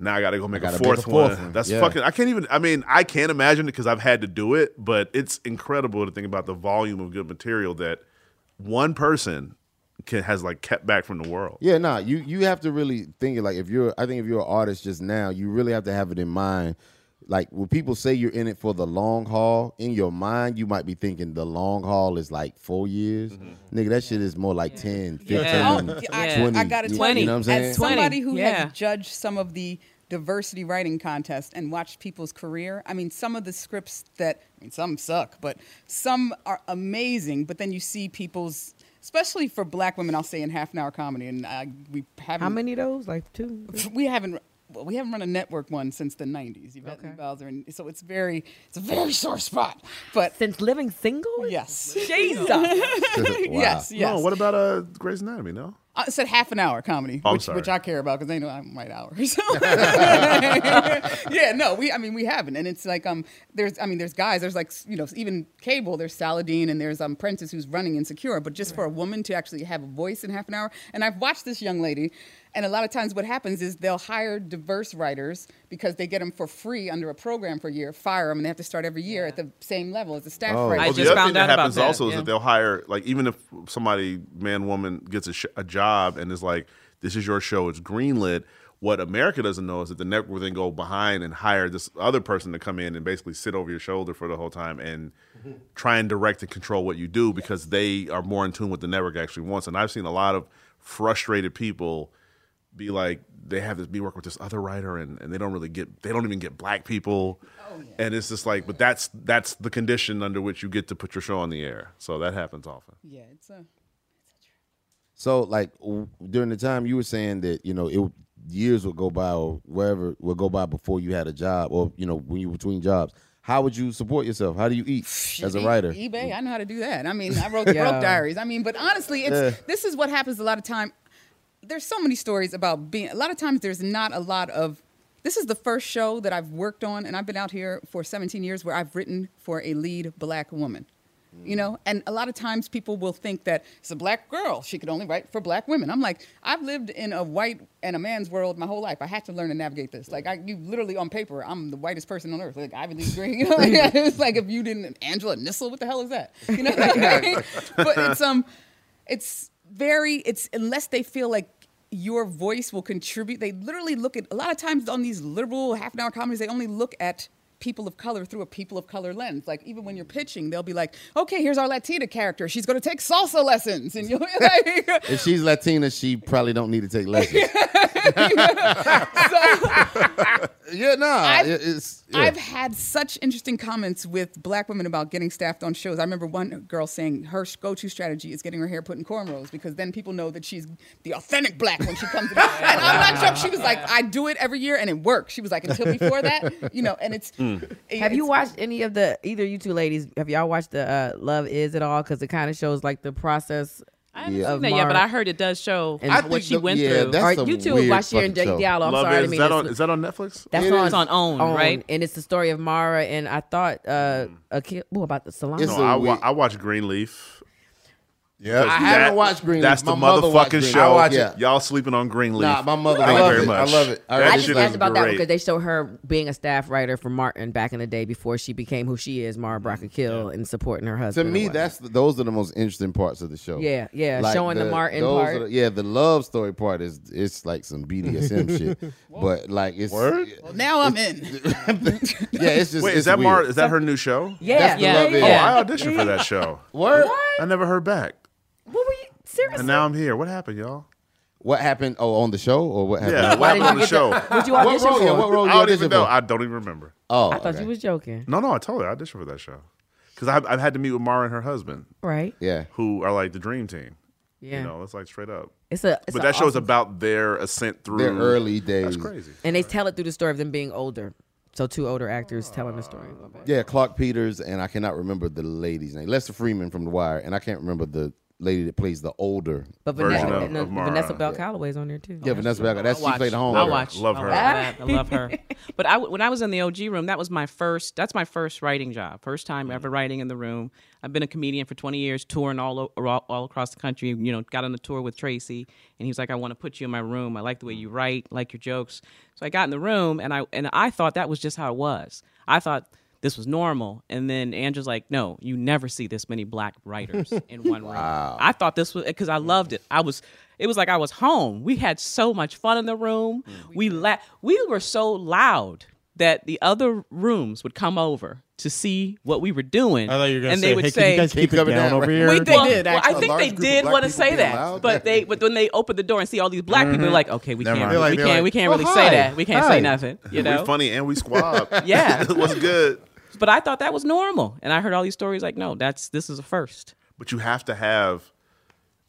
S4: Now I got to go make
S11: gotta
S4: a
S11: make
S4: fourth,
S11: a fourth
S4: one.
S11: one.
S4: That's
S11: Yeah.
S4: fucking. I can't even. I mean, I can't imagine it because I've had to do it, but it's incredible to think about the volume of good material that one person can, has like kept back from
S11: [LAUGHS]
S4: the world.
S11: Yeah, nah. You you have to really think it like if you're. I think if you're an artist just now, you really have to have it in mind. Like when people say you're in it for the long haul, in your mind you might be thinking the long haul is like four years.
S4: Mm-hmm.
S11: Nigga, that shit is more like 10, 15,
S9: Yeah. Oh,
S11: 20.
S9: I, I gotta tell you,
S11: You know what I'm saying?
S9: as somebody who
S8: yeah.
S9: has judged some of the diversity writing contest and watched people's career, I mean, some of the scripts that I mean, some suck, but some are amazing. But then you see people's, especially for Black women, I'll say in half an hour comedy, and I, we haven't.
S7: How many of those? Like two?
S9: [LAUGHS] We haven't. Well, we haven't run a network one since the '90s. Yvette and Bowser, and so it's very, it's a very sore spot. But
S7: since living single,
S9: yes,
S7: [LAUGHS] Jesus.
S9: [LAUGHS] yes, yes.
S4: No, what about uh Grey's Anatomy? No.
S9: I said half an hour comedy,
S4: Oh, I'm
S9: which,
S4: sorry.
S9: which I care about because they know I'm right hour.
S4: [LAUGHS]
S9: So. [LAUGHS] yeah, no, we. I mean, we haven't, and it's like um, there's. I mean, there's guys. There's like you know, even cable. There's Saladin, and there's um, Prentice who's running Insecure. But just for a woman to actually have a voice in half an hour, and I've watched this young lady, and a lot of times what happens is they'll hire diverse writers because they get them for free under a program for a year, fire them, and they have to start every year at the same level as the staff.
S11: Oh.
S9: writer.
S4: Oh, Well, the other thing that happens also is that they'll hire like even if somebody man woman gets a, sh- a job and is like this is your show it's greenlit what america doesn't know is that the network will then go behind and hire this other person to come in and basically sit over your shoulder for the whole time and try and direct and control what you do because they are more in tune with the network actually wants and i've seen a lot of frustrated people be like they have this be working with this other writer and, and they don't really get they don't even get black people and it's just like but that's that's the condition under which you get to put your show on the air so that happens often
S9: Yeah, it's uh, a.
S11: So like w- during the time you were saying that you know it would- years would go by or wherever would go by before you had a job or you know when you were between jobs. How would you support yourself? How do you eat as a
S9: E-
S11: writer?
S9: eBay, I know how to do that. I mean, I wrote the
S11: Yeah.
S9: broke diaries. I mean, but honestly, it's
S11: Yeah.
S9: this is what happens a lot of time. There's so many stories about being. A lot of times, there's not a lot of. This is the first show that I've worked on, and I've been out here for 17 years where I've written for a lead black woman. You know, and a lot of times people will think that it's a black girl. She could only write for black women. I'm like, I've lived in a white and a man's world my whole life. I had to learn to navigate this. Like, I, you literally on paper, I'm the whitest person on earth. Like, Ivy League Green. [LAUGHS] You know, like, it's like if you didn't, Angela Nissel, what the hell is that? You know, [LAUGHS] but it's um, it's very it's unless they feel like your voice will contribute. They literally look at a lot of times on these liberal half an hour comedies. They only look at people of color through a people of color lens. Like even when you're pitching, they'll be like, "Okay, here's our Latina character. She's going to take salsa lessons," and you're
S11: [LAUGHS]
S9: like,
S11: If she's Latina, she probably don't need to take lessons.
S9: [LAUGHS]
S11: [LAUGHS] yeah, nah.
S9: I've-
S11: it- it's, yeah.
S9: I've had such interesting comments with black women about getting staffed on shows. I remember one girl saying her go-to strategy is getting her hair put in cornrows because then people know that she's the authentic black when she
S5: [LAUGHS]
S9: comes. to the and I'm not joking. She was like, I do it every year and it works. She was like, until before that, you know. And it's
S5: Mm.
S20: Have you watched any of the either you two ladies? Have y'all watched the uh, Love Is at all? Because it kind of shows like the process. I
S11: haven't Yeah.
S20: of
S11: seen that
S20: Mar-
S11: yet, but I
S20: heard it does show
S11: I
S20: what
S11: think
S20: she
S11: the-
S20: went
S11: yeah,
S20: through.
S11: that's
S20: All
S11: a
S20: right, you two
S11: weird
S20: watch Sharon
S11: fucking
S20: Jake
S11: show.
S20: Diallo. I'm
S4: Love
S20: sorry
S4: Is.
S20: to mean
S4: Is that
S20: this,
S4: on- is that on Netflix?
S20: That's
S4: It
S20: on,
S4: is.
S20: it's on own,
S4: Own.
S20: right? And it's the story of Mara and I thought uh, Akil. Ooh, about the salon.
S4: Mm. no, I, wa- I watch Greenleaf.
S11: Yeah. I
S4: 'Cause
S11: haven't watched Greenleaf.
S4: That's the
S11: My mother watched
S4: motherfucking
S11: Greenleaf.
S4: show.
S11: I watch it.
S4: Y'all sleeping on Greenleaf.
S11: Nah, my mother- I
S4: Thank you
S11: love
S4: very
S11: it. I
S4: much.
S11: love it. I
S4: That
S11: already
S20: I just
S4: shit
S20: asked
S4: is
S20: about that
S4: great.
S20: because they show her being a staff writer for Martin back in the day before she became who she is,
S4: Mm-hmm.
S20: Mara Brock Kill, and supporting her
S11: to
S20: husband.
S11: me, that's the, those are the most interesting parts of the show.
S20: Yeah, yeah, showing the Martin
S11: those
S20: part.
S11: are the- yeah, the love story part is it's like some
S20: [LAUGHS]
S11: BDSM shit, but like it's
S9: Well, now I'm in.
S11: yeah, it's [LAUGHS] just
S4: Wait,
S11: it's
S4: is that
S11: weird.
S4: Mar- is that her new show?
S9: Yeah, That's the yeah, Love Is.
S4: Oh,
S9: yeah.
S4: I auditioned for that show.
S11: What?
S4: I never heard back.
S20: What were you serious?
S4: And now I'm here. What happened, y'all?
S11: What happened? Oh, on the show or what happened?
S4: Yeah, what happened on the show?
S20: [LAUGHS]
S11: role, yeah, what role
S4: I
S11: you
S4: don't even
S11: auditioned
S4: know.
S11: for?
S4: I don't even remember.
S11: Oh,
S20: I thought you was joking.
S4: No, no, I totally I auditioned for that show because I've, I've had to meet with Mara and her husband,
S20: Right.
S11: Yeah,
S4: who are like the dream team.
S20: Yeah.
S4: you know, it's like straight up.
S20: It's a- it's a
S4: but that show's
S20: awesome-
S4: about their ascent through
S11: Their early
S4: That's
S11: days.
S4: crazy.
S20: And they tell it through the story of them being older. So two older actors telling the story.
S11: Yeah, Clark Peters and I cannot remember the lady's name. Lester Freeman from The Wire, and I can't remember the lady that plays the older
S20: But Vanessa, and, uh, Vanessa Bell Calloway's on there too.
S11: Yeah, Vanessa Bell.
S20: I
S11: That's she
S20: watched-
S11: played the home.
S20: I watched. I watched that. I love her.
S8: But I, when I was in the OG room, that was my first. That's my first writing job. First time ever writing in the room. I've been a comedian for 20 years, touring all o- all, all across the country. You know, got on the tour with Tracy, and he was like, "I want to put you in my room. I like the way you write, like your jokes." So I got in the room, and I and I thought that was just how it was. I thought this was normal, and then Andrew's like, "No, you never see this many black writers in one room."
S4: Oh.
S8: I thought this was because I loved it. I was. It was like I was home. We had so much fun in the room.
S4: Mm.
S8: We la- we were so loud that the other rooms would come over to see what we were doing.
S5: I thought you were gonna
S8: and
S5: say,
S8: they would
S5: "Hey, can you
S8: say,
S5: guys keep Keep it coming down down, over right?" here?
S8: Wait, they
S5: Well,
S8: did.
S5: well, I
S8: I
S5: actually.
S8: think they
S5: A large group of
S8: did
S5: black
S8: want to
S5: people
S8: say
S5: being
S8: that,
S5: loud?
S8: but they but when they opened the door and see all these black
S5: Mm-hmm.
S8: people, they're like, okay, we
S4: Never
S8: can't,
S4: mind.
S8: we
S4: They're like-
S8: can't, we can't
S4: they're
S8: really
S4: like,
S8: say
S4: "Hi,
S8: that. We can't
S4: hi."
S8: say nothing. You
S4: We
S8: know,
S4: funny and we squab.
S8: [LAUGHS]
S4: [LAUGHS]
S8: yeah,
S4: what's good?
S8: But I thought that was normal, and I heard all these stories like, no, that's this is a first.
S4: But you have to have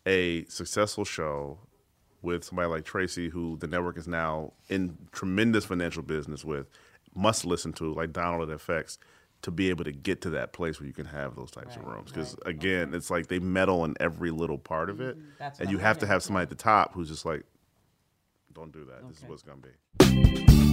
S4: a successful show with somebody like Tracy, who the network is now in tremendous financial business with, must listen to, like Donald at FX, to be able to get to that place where you can have those types of rooms. Because again, it's like they meddle in every little part of it,
S8: Mm-hmm. That's
S4: and
S8: what
S4: you
S8: I'm
S4: have to have somebody at the top who's just like, "Don't do that. This is what's gonna be."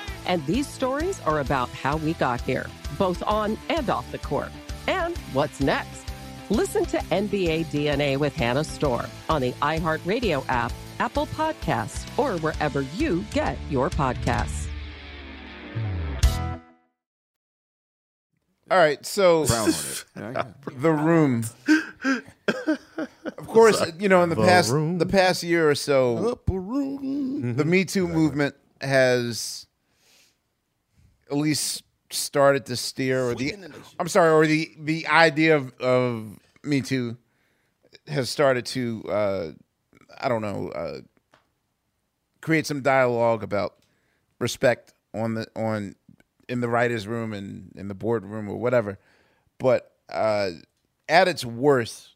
S13: And these stories are about how we got here, both on and off the court. And what's next? Listen to NBA DNA with Hannah Storr on the iHeartRadio app, Apple Podcasts, or wherever you get your podcasts.
S1: All right, so
S2: Brown on it.
S1: [LAUGHS] the room. Of course, you know in the,
S2: The
S1: past
S2: room.
S1: the past year or so, the Me Too movement has at least started to steer, or the I'm sorry, or the the idea of, of Me Too has started to uh, I don't know uh, create some dialogue about respect on the on in the writers' room and in the boardroom or whatever. But uh, at its worst,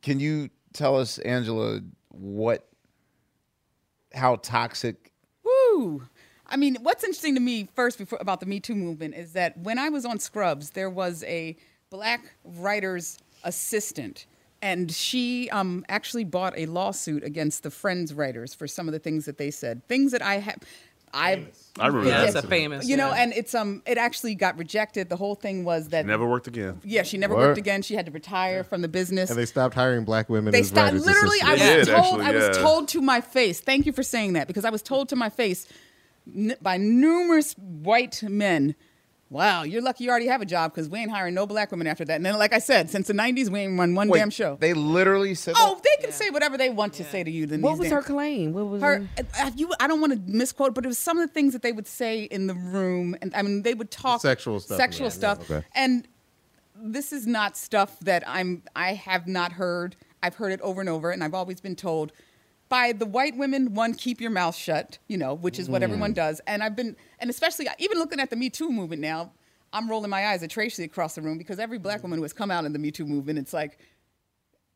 S1: can you tell us, Angela, what how toxic?
S9: Woo! I mean, what's interesting to me first before about the Me Too movement is that when I was on Scrubs, there was a black writer's assistant, and she um, actually bought a lawsuit against the Friends writers for some of the things that they said, things that I have. I
S4: I remember
S8: Yeah,
S4: that.
S8: that's a famous-
S9: you know,
S8: yeah.
S9: and it's um, it actually got rejected. The whole thing was that
S4: Never worked again.
S9: yeah, she never
S5: What?
S9: worked again. She had to retire from the business.
S5: And they stopped hiring black women.
S9: They
S5: as
S9: stopped.
S5: writers
S9: Literally, I was
S5: assistants.
S9: told. I was told to my face. Thank you for saying that because I was told to my face n- by numerous white men. Wow, you're lucky you already have a job because we ain't hiring no black women after that. And then, like I said, since the '90s, we ain't run one
S1: Wait,
S9: damn show.
S1: They literally said,
S9: Oh, they can say whatever they want to say to you. Then
S7: What
S9: these
S7: was
S9: damn-
S7: her claim? What was
S9: her?
S7: it?
S9: uh, You, I don't want to misquote, but it was some of the things that they would say in the room, and I mean, they would talk
S5: sexual stuff.
S9: sexual
S5: Yeah, yeah,
S9: stuff,
S5: okay.
S9: and this is not stuff that I'm. I have not heard. I've heard it over and over, and I've always been told by the white women, one, keep your mouth shut, you know, which is what
S21: Mm.
S9: everyone does. And I've been, and especially even looking at the Me Too movement now, I'm rolling my eyes at Tracy across the room because every
S7: Mm.
S9: black woman who has come out in the Me Too movement, it's like.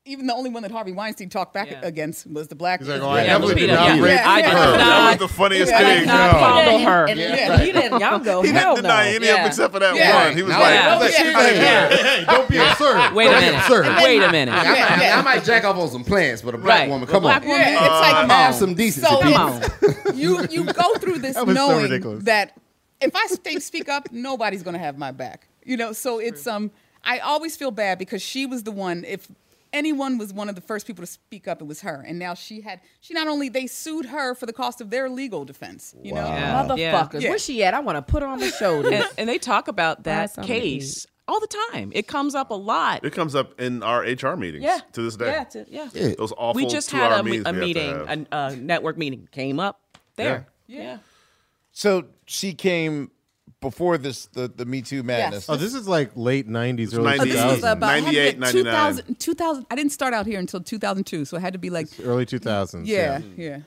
S9: Even the only one that Harvey Weinstein talked back against was the black.
S5: He's like,
S9: is
S5: "Oh,
S9: the
S5: I
S9: black
S5: definitely
S9: woman."
S5: did not rape her." That was the funniest
S9: I did
S5: thing.
S9: not
S5: No.
S9: follow
S5: Yeah.
S9: her.
S5: And- and he didn't- y'all go,
S9: He
S5: hell
S9: didn't
S5: no.
S9: deny any of them
S5: Yeah.
S9: except for that
S5: Yeah.
S9: one. He was
S5: No,
S9: like,
S5: yeah.
S9: "Look,
S5: Yeah.
S9: she's like,
S5: Yeah.
S9: hey, hey, don't be absurd. Don't be absurd."
S22: Wait a minute.
S21: I might, I
S9: Yeah.
S21: might- I might jack off on some plants, but a black Right. woman, A come black on.
S9: woman, Yeah. it's
S11: Uh,
S9: like,
S21: Come
S9: mom.
S21: have some decency.
S9: So
S21: people.
S9: you you go through
S5: [LAUGHS]
S9: this
S21: That was so
S9: knowing
S21: ridiculous.
S9: that if I stay speak up, nobody's gonna have my back. You know, so it's um I always feel bad because she was the one if anyone was one of the first people to speak up, it was her. And now she had she not only they sued her for the cost of their legal defense, you know.
S20: Yeah. Motherfuckers. Where's she at? I want to put her on the shoulders.
S8: and, and they talk about that
S20: something to
S8: case all the time. It comes up a lot.
S4: It comes up in our HR meetings
S8: Yeah.
S4: to this day.
S8: Yeah, to- yeah.
S4: yeah. Those awful
S8: we just
S4: two-hour
S8: had a, me-
S4: meetings
S8: a
S4: we have to
S8: meeting,
S4: have.
S8: a, a network meeting came up there. Yeah.
S1: so she came before this the the Me Too madness.
S5: Oh, this is like late '90s, early
S9: Oh,
S5: 2000s.
S9: this was about I had to get 2000, 2000 I didn't start out here until 2002, so it had to be like
S5: early 2000s.
S9: Yeah, yeah.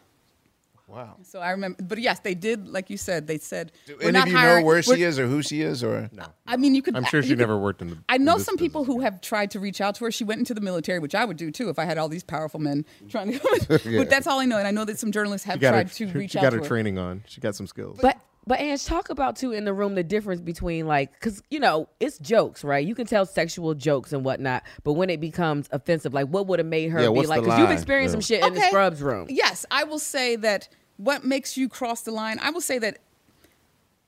S1: Wow.
S9: So I remember, but yes, they did. Like you said, they said.
S1: Do
S9: "We're
S1: any
S9: not
S1: of you
S9: hiring-
S1: know where
S9: we're-
S1: she is or who she is or no?
S9: I mean, you could.
S5: I'm sure
S9: you
S5: she
S9: could-
S5: never worked in the.
S9: I know
S5: in this
S9: some people who have tried to reach out to her. She went into the military, which I would do too if I had all these powerful
S1: [LAUGHS]
S9: men trying to.
S5: Yeah.
S9: But that's all I know, and I know that some journalists
S5: She
S9: have
S5: got her,
S9: tried to reach
S5: she
S9: out
S5: got
S9: to
S5: her training on. She got some skills.
S20: But but Ange, talk about too in the room the difference between like because you know it's jokes, right? You can tell sexual jokes and whatnot, but when it becomes offensive, like what would have made her Yeah, be what's like? the Because you've line? experienced some Yeah. shit in the
S9: Okay.
S20: scrubs room.
S9: Yes, I will say that what makes you cross the line, I will say that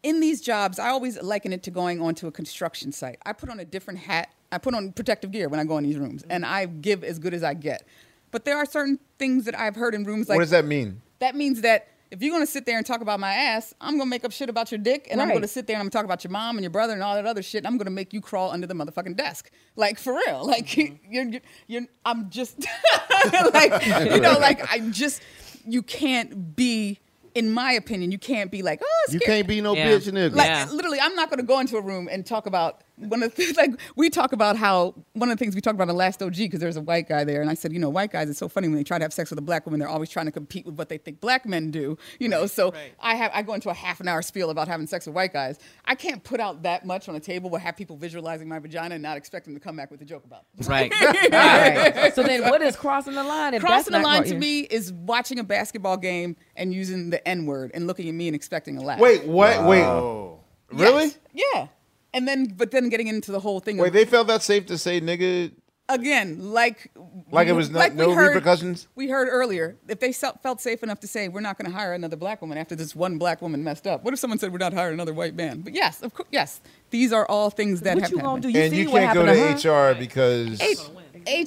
S9: in these jobs, I always liken it to going onto a construction site. I put on a different hat. I put on protective gear when I go in these rooms, and I give as good as I get. But there are certain things that I've heard in rooms like
S1: what does that mean?
S9: That means that if you're gonna sit there and talk about my ass, I'm gonna make up shit about your dick, and I'm
S20: Right.
S9: gonna sit there and I'm gonna talk about your mom and your brother and all that other shit. And I'm gonna make you crawl under the motherfucking desk, like for real. [LAUGHS] Like you're, you're, you're I'm just [LAUGHS] like you know, like I just you can't be. In my opinion, you can't be like, oh, it's
S11: You
S9: cute."
S11: can't be no Yeah. bitch, nigga.
S9: Like
S11: Yeah.
S9: literally, I'm not gonna go into a room and talk about one of the [LAUGHS] things, like we talk about how one of the things we talked about in last OG because there's a white guy there, and I said, you know, white guys it's so funny when they try to have sex with a black woman, they're always trying to compete with what they think black men do, you know. So I have I go into a half an hour spiel about having sex with white guys. I can't put out that much on a table, but have people visualizing my vagina and not expect them to come back with a joke about. It. [LAUGHS]
S20: Right. [LAUGHS] Right. So then what is crossing the line if that's
S9: crossing the
S20: not
S9: line
S20: cro-
S9: to
S20: yeah.
S9: me is watching a basketball game and using the N word and looking at me and expecting a laugh.
S1: Wait, what? Wait, really?
S9: Yeah. And then, but then getting into the whole thing.
S1: Wait,
S9: of-
S1: they felt that safe to say nigga
S9: again, like
S1: Like it was no-
S9: we
S1: no repercussions?
S9: We heard earlier if they se- felt safe enough to say we're not going to hire another black woman after this one black woman messed up. What if someone said we're not hiring another white man? But yes, of course, yes. These are all things that
S20: What
S9: have
S20: you gonna
S9: happened.
S20: do?
S1: and you can't go to, HR because
S9: H-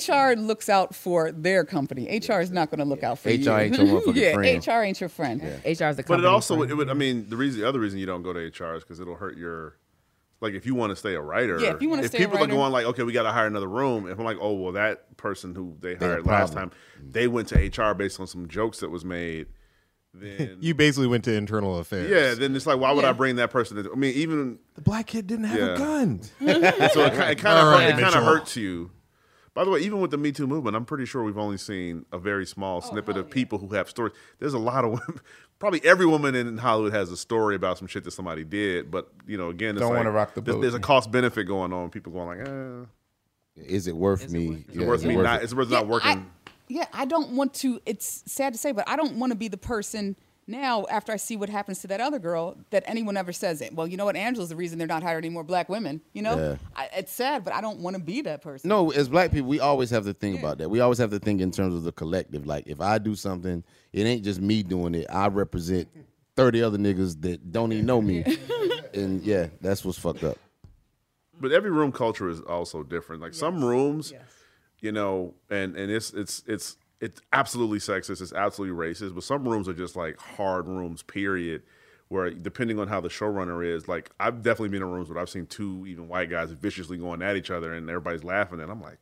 S9: HR looks out for their company. HR is not going to look out
S2: HR
S9: for you.
S2: ain't your motherfucking
S9: [LAUGHS] yeah,
S2: friend.
S9: HR ain't your friend.
S20: HR is the
S4: But it also would- it would. I mean, the reason, the other reason you don't go to HR is because it'll hurt your. Like if you want to stay a writer,
S9: Yeah, if you wanna stay a
S4: people
S9: writer-
S4: are going like, okay, we got to hire another room. If I'm like, oh well, that person who they
S5: They a
S4: hired last
S5: problem.
S4: time, they went to HR based on some jokes that was made. Then
S5: you basically went to internal affairs.
S4: yeah, then [LAUGHS] it's like, why would
S5: Yeah.
S4: I bring that person? To, I mean, even
S5: The black kid didn't have
S4: Yeah.
S5: a gun.
S4: [LAUGHS] so it, ki- it kind of
S5: All right,
S4: it kind
S5: Mitchell.
S4: of hurts you. By the way, even with the Me Too movement, I'm pretty sure we've only seen a very small
S5: Oh,
S4: snippet of people who have stories. There's a lot of women. [LAUGHS] Probably every woman in Hollywood has a story about some shit that somebody did. But you know, again, it's
S1: Don't
S4: like,
S1: wanna rock the
S4: there's-
S1: boat.
S4: There's a cost benefit going on. People going like, eh,
S11: Is it worth me?
S4: it's worth me not. It's worth not working.
S9: Yeah, I don't want to. It's sad to say, but I don't want to be the person now after I see what happens to that other girl that anyone ever says it. Well, you know what? Angela's the reason they're not hiring any more black women. You know,
S11: Yeah.
S9: I, it's sad, but I don't want to be that person.
S11: No, as black people, we always have to think about that. We always have to think in terms of the collective. Like, if I do something, it ain't just me doing it. I represent 30 other niggas that don't even know me. and yeah, that's what's fucked up.
S4: but every room culture is also different. Like some rooms, you know, and and it's it's it's it's absolutely sexist. It's absolutely racist. But some rooms are just like hard rooms. Period. Where depending on how the showrunner is, like I've definitely been in rooms where I've seen two even white guys viciously going at each other, and everybody's laughing, and I'm like,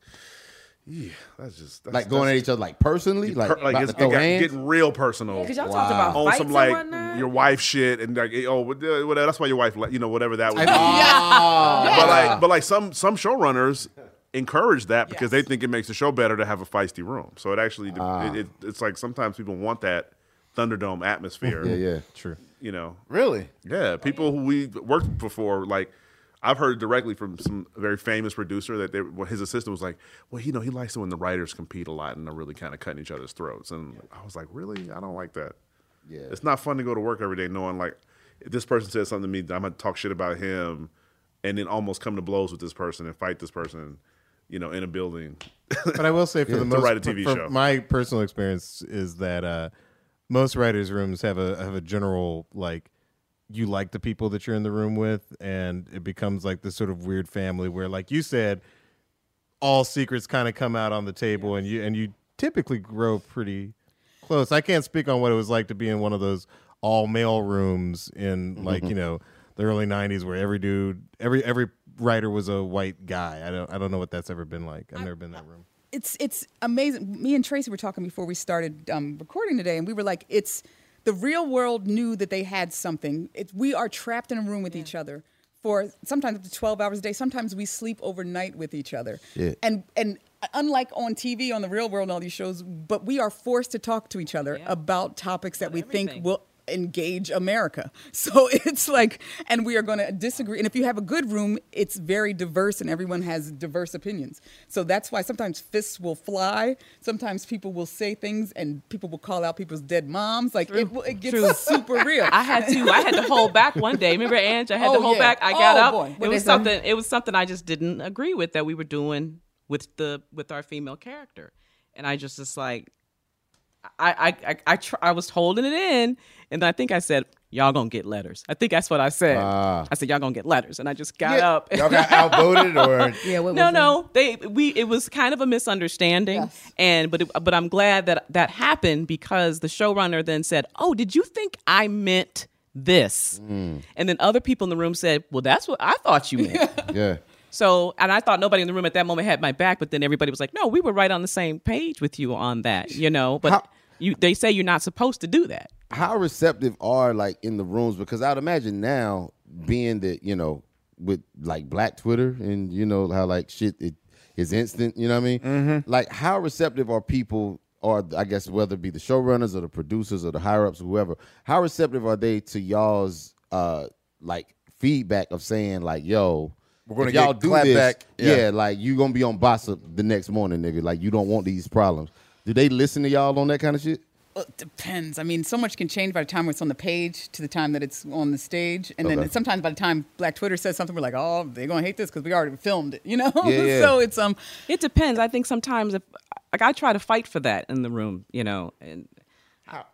S4: yeah, that's just that's,
S11: like, going at
S4: that's-
S11: each other, like, personally? Like,
S4: per- like
S11: about
S4: it's,
S11: to
S4: it
S11: throw
S4: got,
S11: hands?
S4: getting real personal.
S11: 'cause y'all talked about
S4: on
S11: fights
S4: some
S11: and
S4: like your wife shit and like oh what the- whatever. That's why your wife, le- you know, whatever that was.
S3: Oh.
S4: But like, but like some some showrunners encourage that because they think it makes the show better to have a feisty room. So it actually de-
S11: Ah.
S4: it, it, it's like sometimes people want that Thunderdome atmosphere.
S11: Yeah, yeah.
S5: True.
S4: You know,
S1: really,
S4: yeah. People who we worked before, like I've heard directly from some very famous producer that they, well, his assistant was like, "Well, you know, he likes it when the writers compete a lot and are really kind of cutting each other's throats." And I was like, "Really? I don't like that.
S11: Yeah,
S4: it's not fun to go to work every day knowing like if this person says something to me, I'm gonna talk shit about him, and then almost come to blows with this person and fight this person, you know, in a building."
S5: but I will say for
S4: [LAUGHS] Yeah.
S5: the
S4: To
S5: most,
S4: write a TV
S5: for-
S4: show.
S5: My personal experience is that uh, most writers' rooms have a have a general like you like the people that you're in the room with, and it becomes like this sort of weird family where, like you said, all secrets kind of come out on the table, and you and you typically grow pretty close. I can't speak on what it was like to be in one of those all male rooms in like you know the early '90s, where every dude, every every writer was a white guy. I don't I don't know what that's ever been like. I've never been in that room.
S9: It's it's amazing. Me and Tracy were talking before we started um, recording today, and we were like, it's the real world knew that they had something. It, we are trapped in a room with each other for sometimes up to twelve hours a day. Sometimes we sleep overnight with each other.
S11: Shit.
S9: and and unlike on TV on the real world and all these shows, but we are forced to talk to each other about topics that we think will engage America. [LAUGHS] So it's like and we are going to disagree and if you have a good room, it's very diverse and everyone has diverse opinions. So that's why sometimes fists will fly, sometimes people will say things and people will call out people's dead moms like it, will- it gets
S8: True.
S9: super real.
S8: [LAUGHS] I had to. I had
S9: [LAUGHS]
S8: to hold back one day. Remember, Ange? I had
S9: Oh,
S8: to hold
S9: yeah.
S8: back. I got
S9: Oh,
S8: up.
S9: boy.
S8: It
S9: What
S8: was
S9: is that?
S8: something. It was something I just didn't agree with that we were doing with the with our female character, and I just just like, I I I I, tr- I was holding it in, and I think I said. Y'all gonna get letters. I think that's what I said. I said y'all gonna get letters, and I just got
S1: Yeah.
S8: up.
S1: Ah. Y'all got
S20: [LAUGHS]
S8: [LAUGHS]
S1: outvoted or- Yeah, what
S8: no,
S1: was it?
S8: no. They we it was kind of a misunderstanding, and but it, but I'm glad that that happened because the showrunner then said, "Oh, did you think I meant this?"
S1: Mm.
S8: And then other people in the room said, "Well, that's what I thought you meant."
S1: [LAUGHS]
S11: yeah.
S8: so, and I thought nobody in the room at that moment had my back, but then everybody was like, "No, we were right on the same page with you on that," you know. But you, they say you're not supposed to do that.
S11: how receptive are like in the rooms because I'd imagine now being that you know with like black Twitter and you know how like shit it is instant, you know what I mean? Like how receptive are people or I guess whether it be the showrunners or the producers or the higher ups, whoever, how receptive are they to y'all's uh like feedback of saying like, yo,
S1: We're gonna
S11: if y'all
S1: get
S11: do
S1: clap
S11: this,
S1: back, yeah.
S11: yeah, like you gonna be on Bossa the next morning, nigga. Like you don't want these problems. Do they listen to y'all on that kind of shit?
S9: Well, it depends. I mean, so much can change by the time it's on the page to the time that it's on the stage. And
S11: Okay.
S9: then sometimes by the time Black Twitter says something, we're like, oh, they're going to hate this because we already filmed it, you know? [LAUGHS]
S8: Yeah, yeah.
S9: so it's, um,
S8: It depends. I think sometimes if like I try to fight for that in the room, you know, and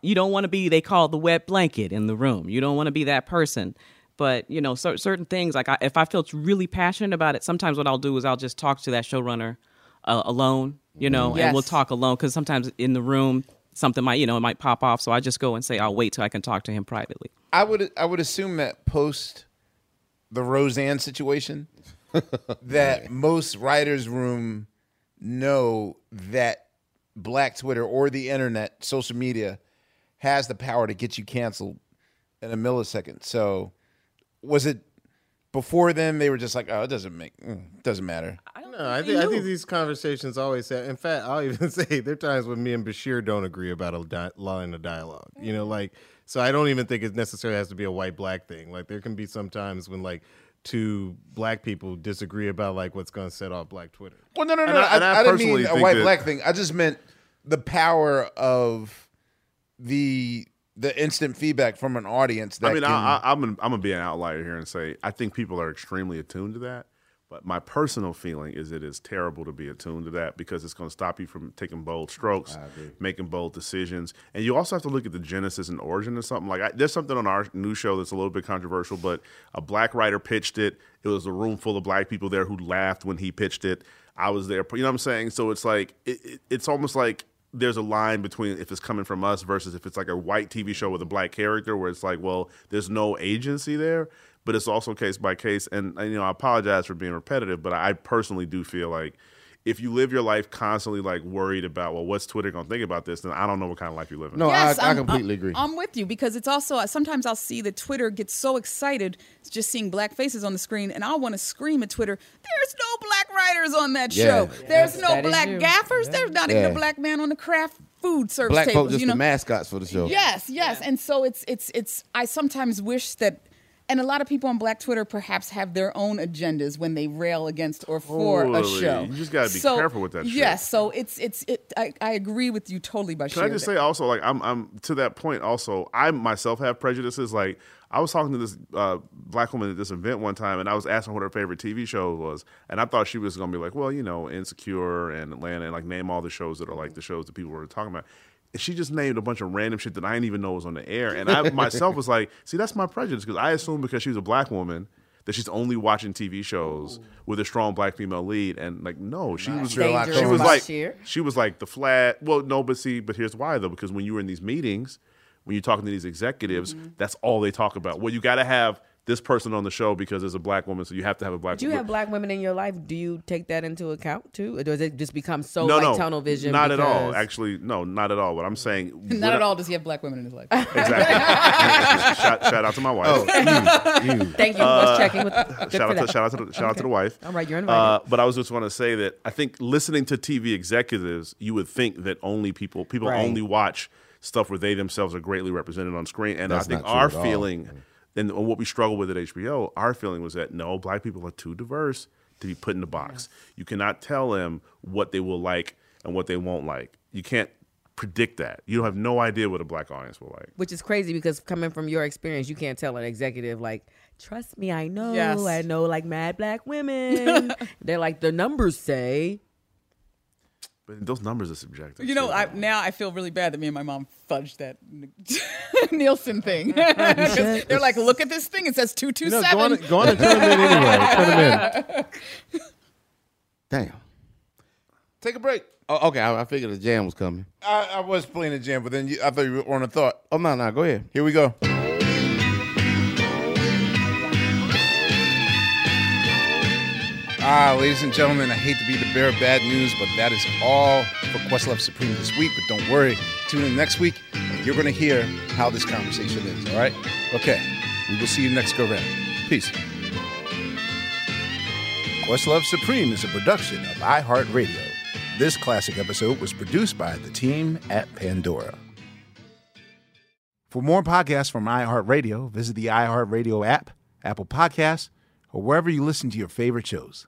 S8: you don't want to be they call the wet blanket in the room. You don't want to be that person. But you know, cer- certain things like I, if I feel really passionate about it, sometimes what I'll do is I'll just talk to that showrunner uh, alone, you know, and we'll
S21: Yes.
S8: talk alone because sometimes in the room something might you know it might pop off. So I just go and say I'll wait till I can talk to him privately.
S1: I would I would assume that post the
S20: [LAUGHS]
S1: Roseanne situation that most writers room know that black Twitter or the internet, social media has the power to get you canceled in a millisecond. So was it before them they were just like, oh, it doesn't make mm, doesn't matter.
S5: No, I think I think these conversations always have. In fact, I'll [LAUGHS] even say there are times when me and Bashir don't agree about a di- line of dialogue. You know, like so I don't even think it necessarily has to be a white black thing. Like there can be some times when like two black people disagree about like what's going to set off Black Twitter.
S1: Well, no, no, no.
S5: And
S1: I,
S5: and
S1: I didn't
S5: personally
S1: mean a
S5: think
S1: white
S5: that-
S1: black thing. I just meant the power of the the instant feedback from an audience. That
S4: I mean,
S1: can,
S4: I, I, I'm gonna, I'm gonna be an outlier here and say I think people are extremely attuned to that. But my personal feeling is it is terrible to be attuned to that because it's going to stop you from taking bold strokes, making bold decisions, and you also have to look at the genesis and origin of something. Like I, there's something on our new show that's a little bit controversial, but a black writer pitched it. It was a room full of black people there who laughed when he pitched it. I was there. You know what I'm saying? So it's like it, it, it's almost like there's a line between if it's coming from us versus if it's like a white TV show with a black character where it's like, well, there's no agency there, but it's also case by case. And, and, you know, I apologize for being repetitive, but I personally do feel like if you live your life constantly like worried about, well, what's Twitter going to think about this? Then I don't know what kind of life you're living.
S9: Yes, I'm- I'm- I'm with you because it's also uh, sometimes I'll see that Twitter gets so excited just seeing black faces on the screen, and I want to scream at Twitter. There's no black writers on that
S11: Yeah.
S9: show.
S11: Yes,
S9: There's no
S11: that is
S9: black
S11: you.
S9: gaffers. There's not even
S11: Yeah.
S9: a black man on the craft food service
S11: Black
S9: tables.
S11: folk just
S9: you know,
S11: the mascots for the show.
S9: Yes, yes. And so it's it's it's I sometimes wish that and a lot of people on black Twitter perhaps have their own agendas when they rail against or for
S4: Totally.
S9: a show.
S4: You just gotta be careful with that shit.
S9: Yes, so it's it's it I, I agree with you totally Bashir.
S4: Can I just say also, like, I'm, I'm to that point. Also, I myself have prejudices. Like, I was talking to this uh, black woman at this event one time, and I was asking what her favorite TV show was, and I thought she was gonna be like, well, you know, Insecure and Atlanta, and like name all the shows that are like the shows that people were talking about. And She just named a bunch of random shit that I didn't even know was on the air, and I myself was like, see, that's my prejudice because I assume because she's a black woman. That she's only watching TV shows with a strong black female lead, and like no, she
S1: Not
S4: was
S1: true.
S4: she was like
S1: Dangerous.
S4: she was like the flat. Well, no, but see, but here's why though, because when you were in these meetings, when you're talking to these executives,
S20: Mm-hmm.
S4: that's all they talk about. Well, you got to have this person on the show because there's a black woman, so you have to have a black.
S20: Do you
S4: woman.
S20: have black women in your life? Do you take that into account too, or does it just become so
S4: no,
S20: like
S4: no,
S20: tunnel vision?
S4: Not at all.
S20: because-
S4: Actually, no, not at all. What
S20: [LAUGHS]
S4: I'm saying, when
S9: Not
S4: I-
S9: at all does he have black women in his life.
S3: [LAUGHS]
S4: shout, shout out to my wife.
S3: Oh.
S20: [LAUGHS] Thank you.
S4: Uh,
S20: Let's check in with.
S4: shout,
S20: Good for
S4: out to,
S20: that.
S4: shout out to the, shout out to the wife.
S20: All right, you're invited.
S4: Uh, but I was just want to say that I think listening to TV executives, you would think that only people people
S3: Right.
S4: only watch stuff where they themselves are greatly represented on screen, and
S3: That's
S4: I think
S3: not true
S4: our
S3: at all. Mm.
S4: feeling and what we struggle with at HBO, our feeling was that no, black people are too diverse to be put in the box. You cannot tell them what they will like and what they won't like. You can't predict that. You have no idea what a black audience will like.
S20: Which is crazy because coming from your experience, you can't tell an executive like, "Trust me, I know,
S7: Yes.
S20: I know, like mad black women." They're like the numbers say.
S4: But those numbers are subjective.
S9: You know, I, now I feel really bad that me and my mom fudged that [LAUGHS] [LAUGHS] Nielsen thing. [LAUGHS] 'Cause they're like, look at this thing. It says two two
S5: No,
S9: seven.
S5: go on, go on and turn them in anyway. Turn
S9: [LAUGHS]
S5: them
S9: in.
S1: Take a break.
S11: Oh, okay, I, I figured the jam was coming.
S1: I, I was playing the jam, but then you, I thought you were on a thought.
S11: Oh no, no, go ahead.
S1: Here we go. Ah, ladies and gentlemen, I hate to be the bearer of bad news, but that is all for Questlove Supreme this week. But don't worry, tune in next week, and you're going to hear how this conversation is. All right? Okay. We will see you next go round. Peace. What's Love Supreme is a production of iHeartRadio. This classic episode was produced by the team at Pandora. For more podcasts from iHeartRadio, visit the iHeartRadio app, Apple Podcasts, or wherever you listen to your favorite shows.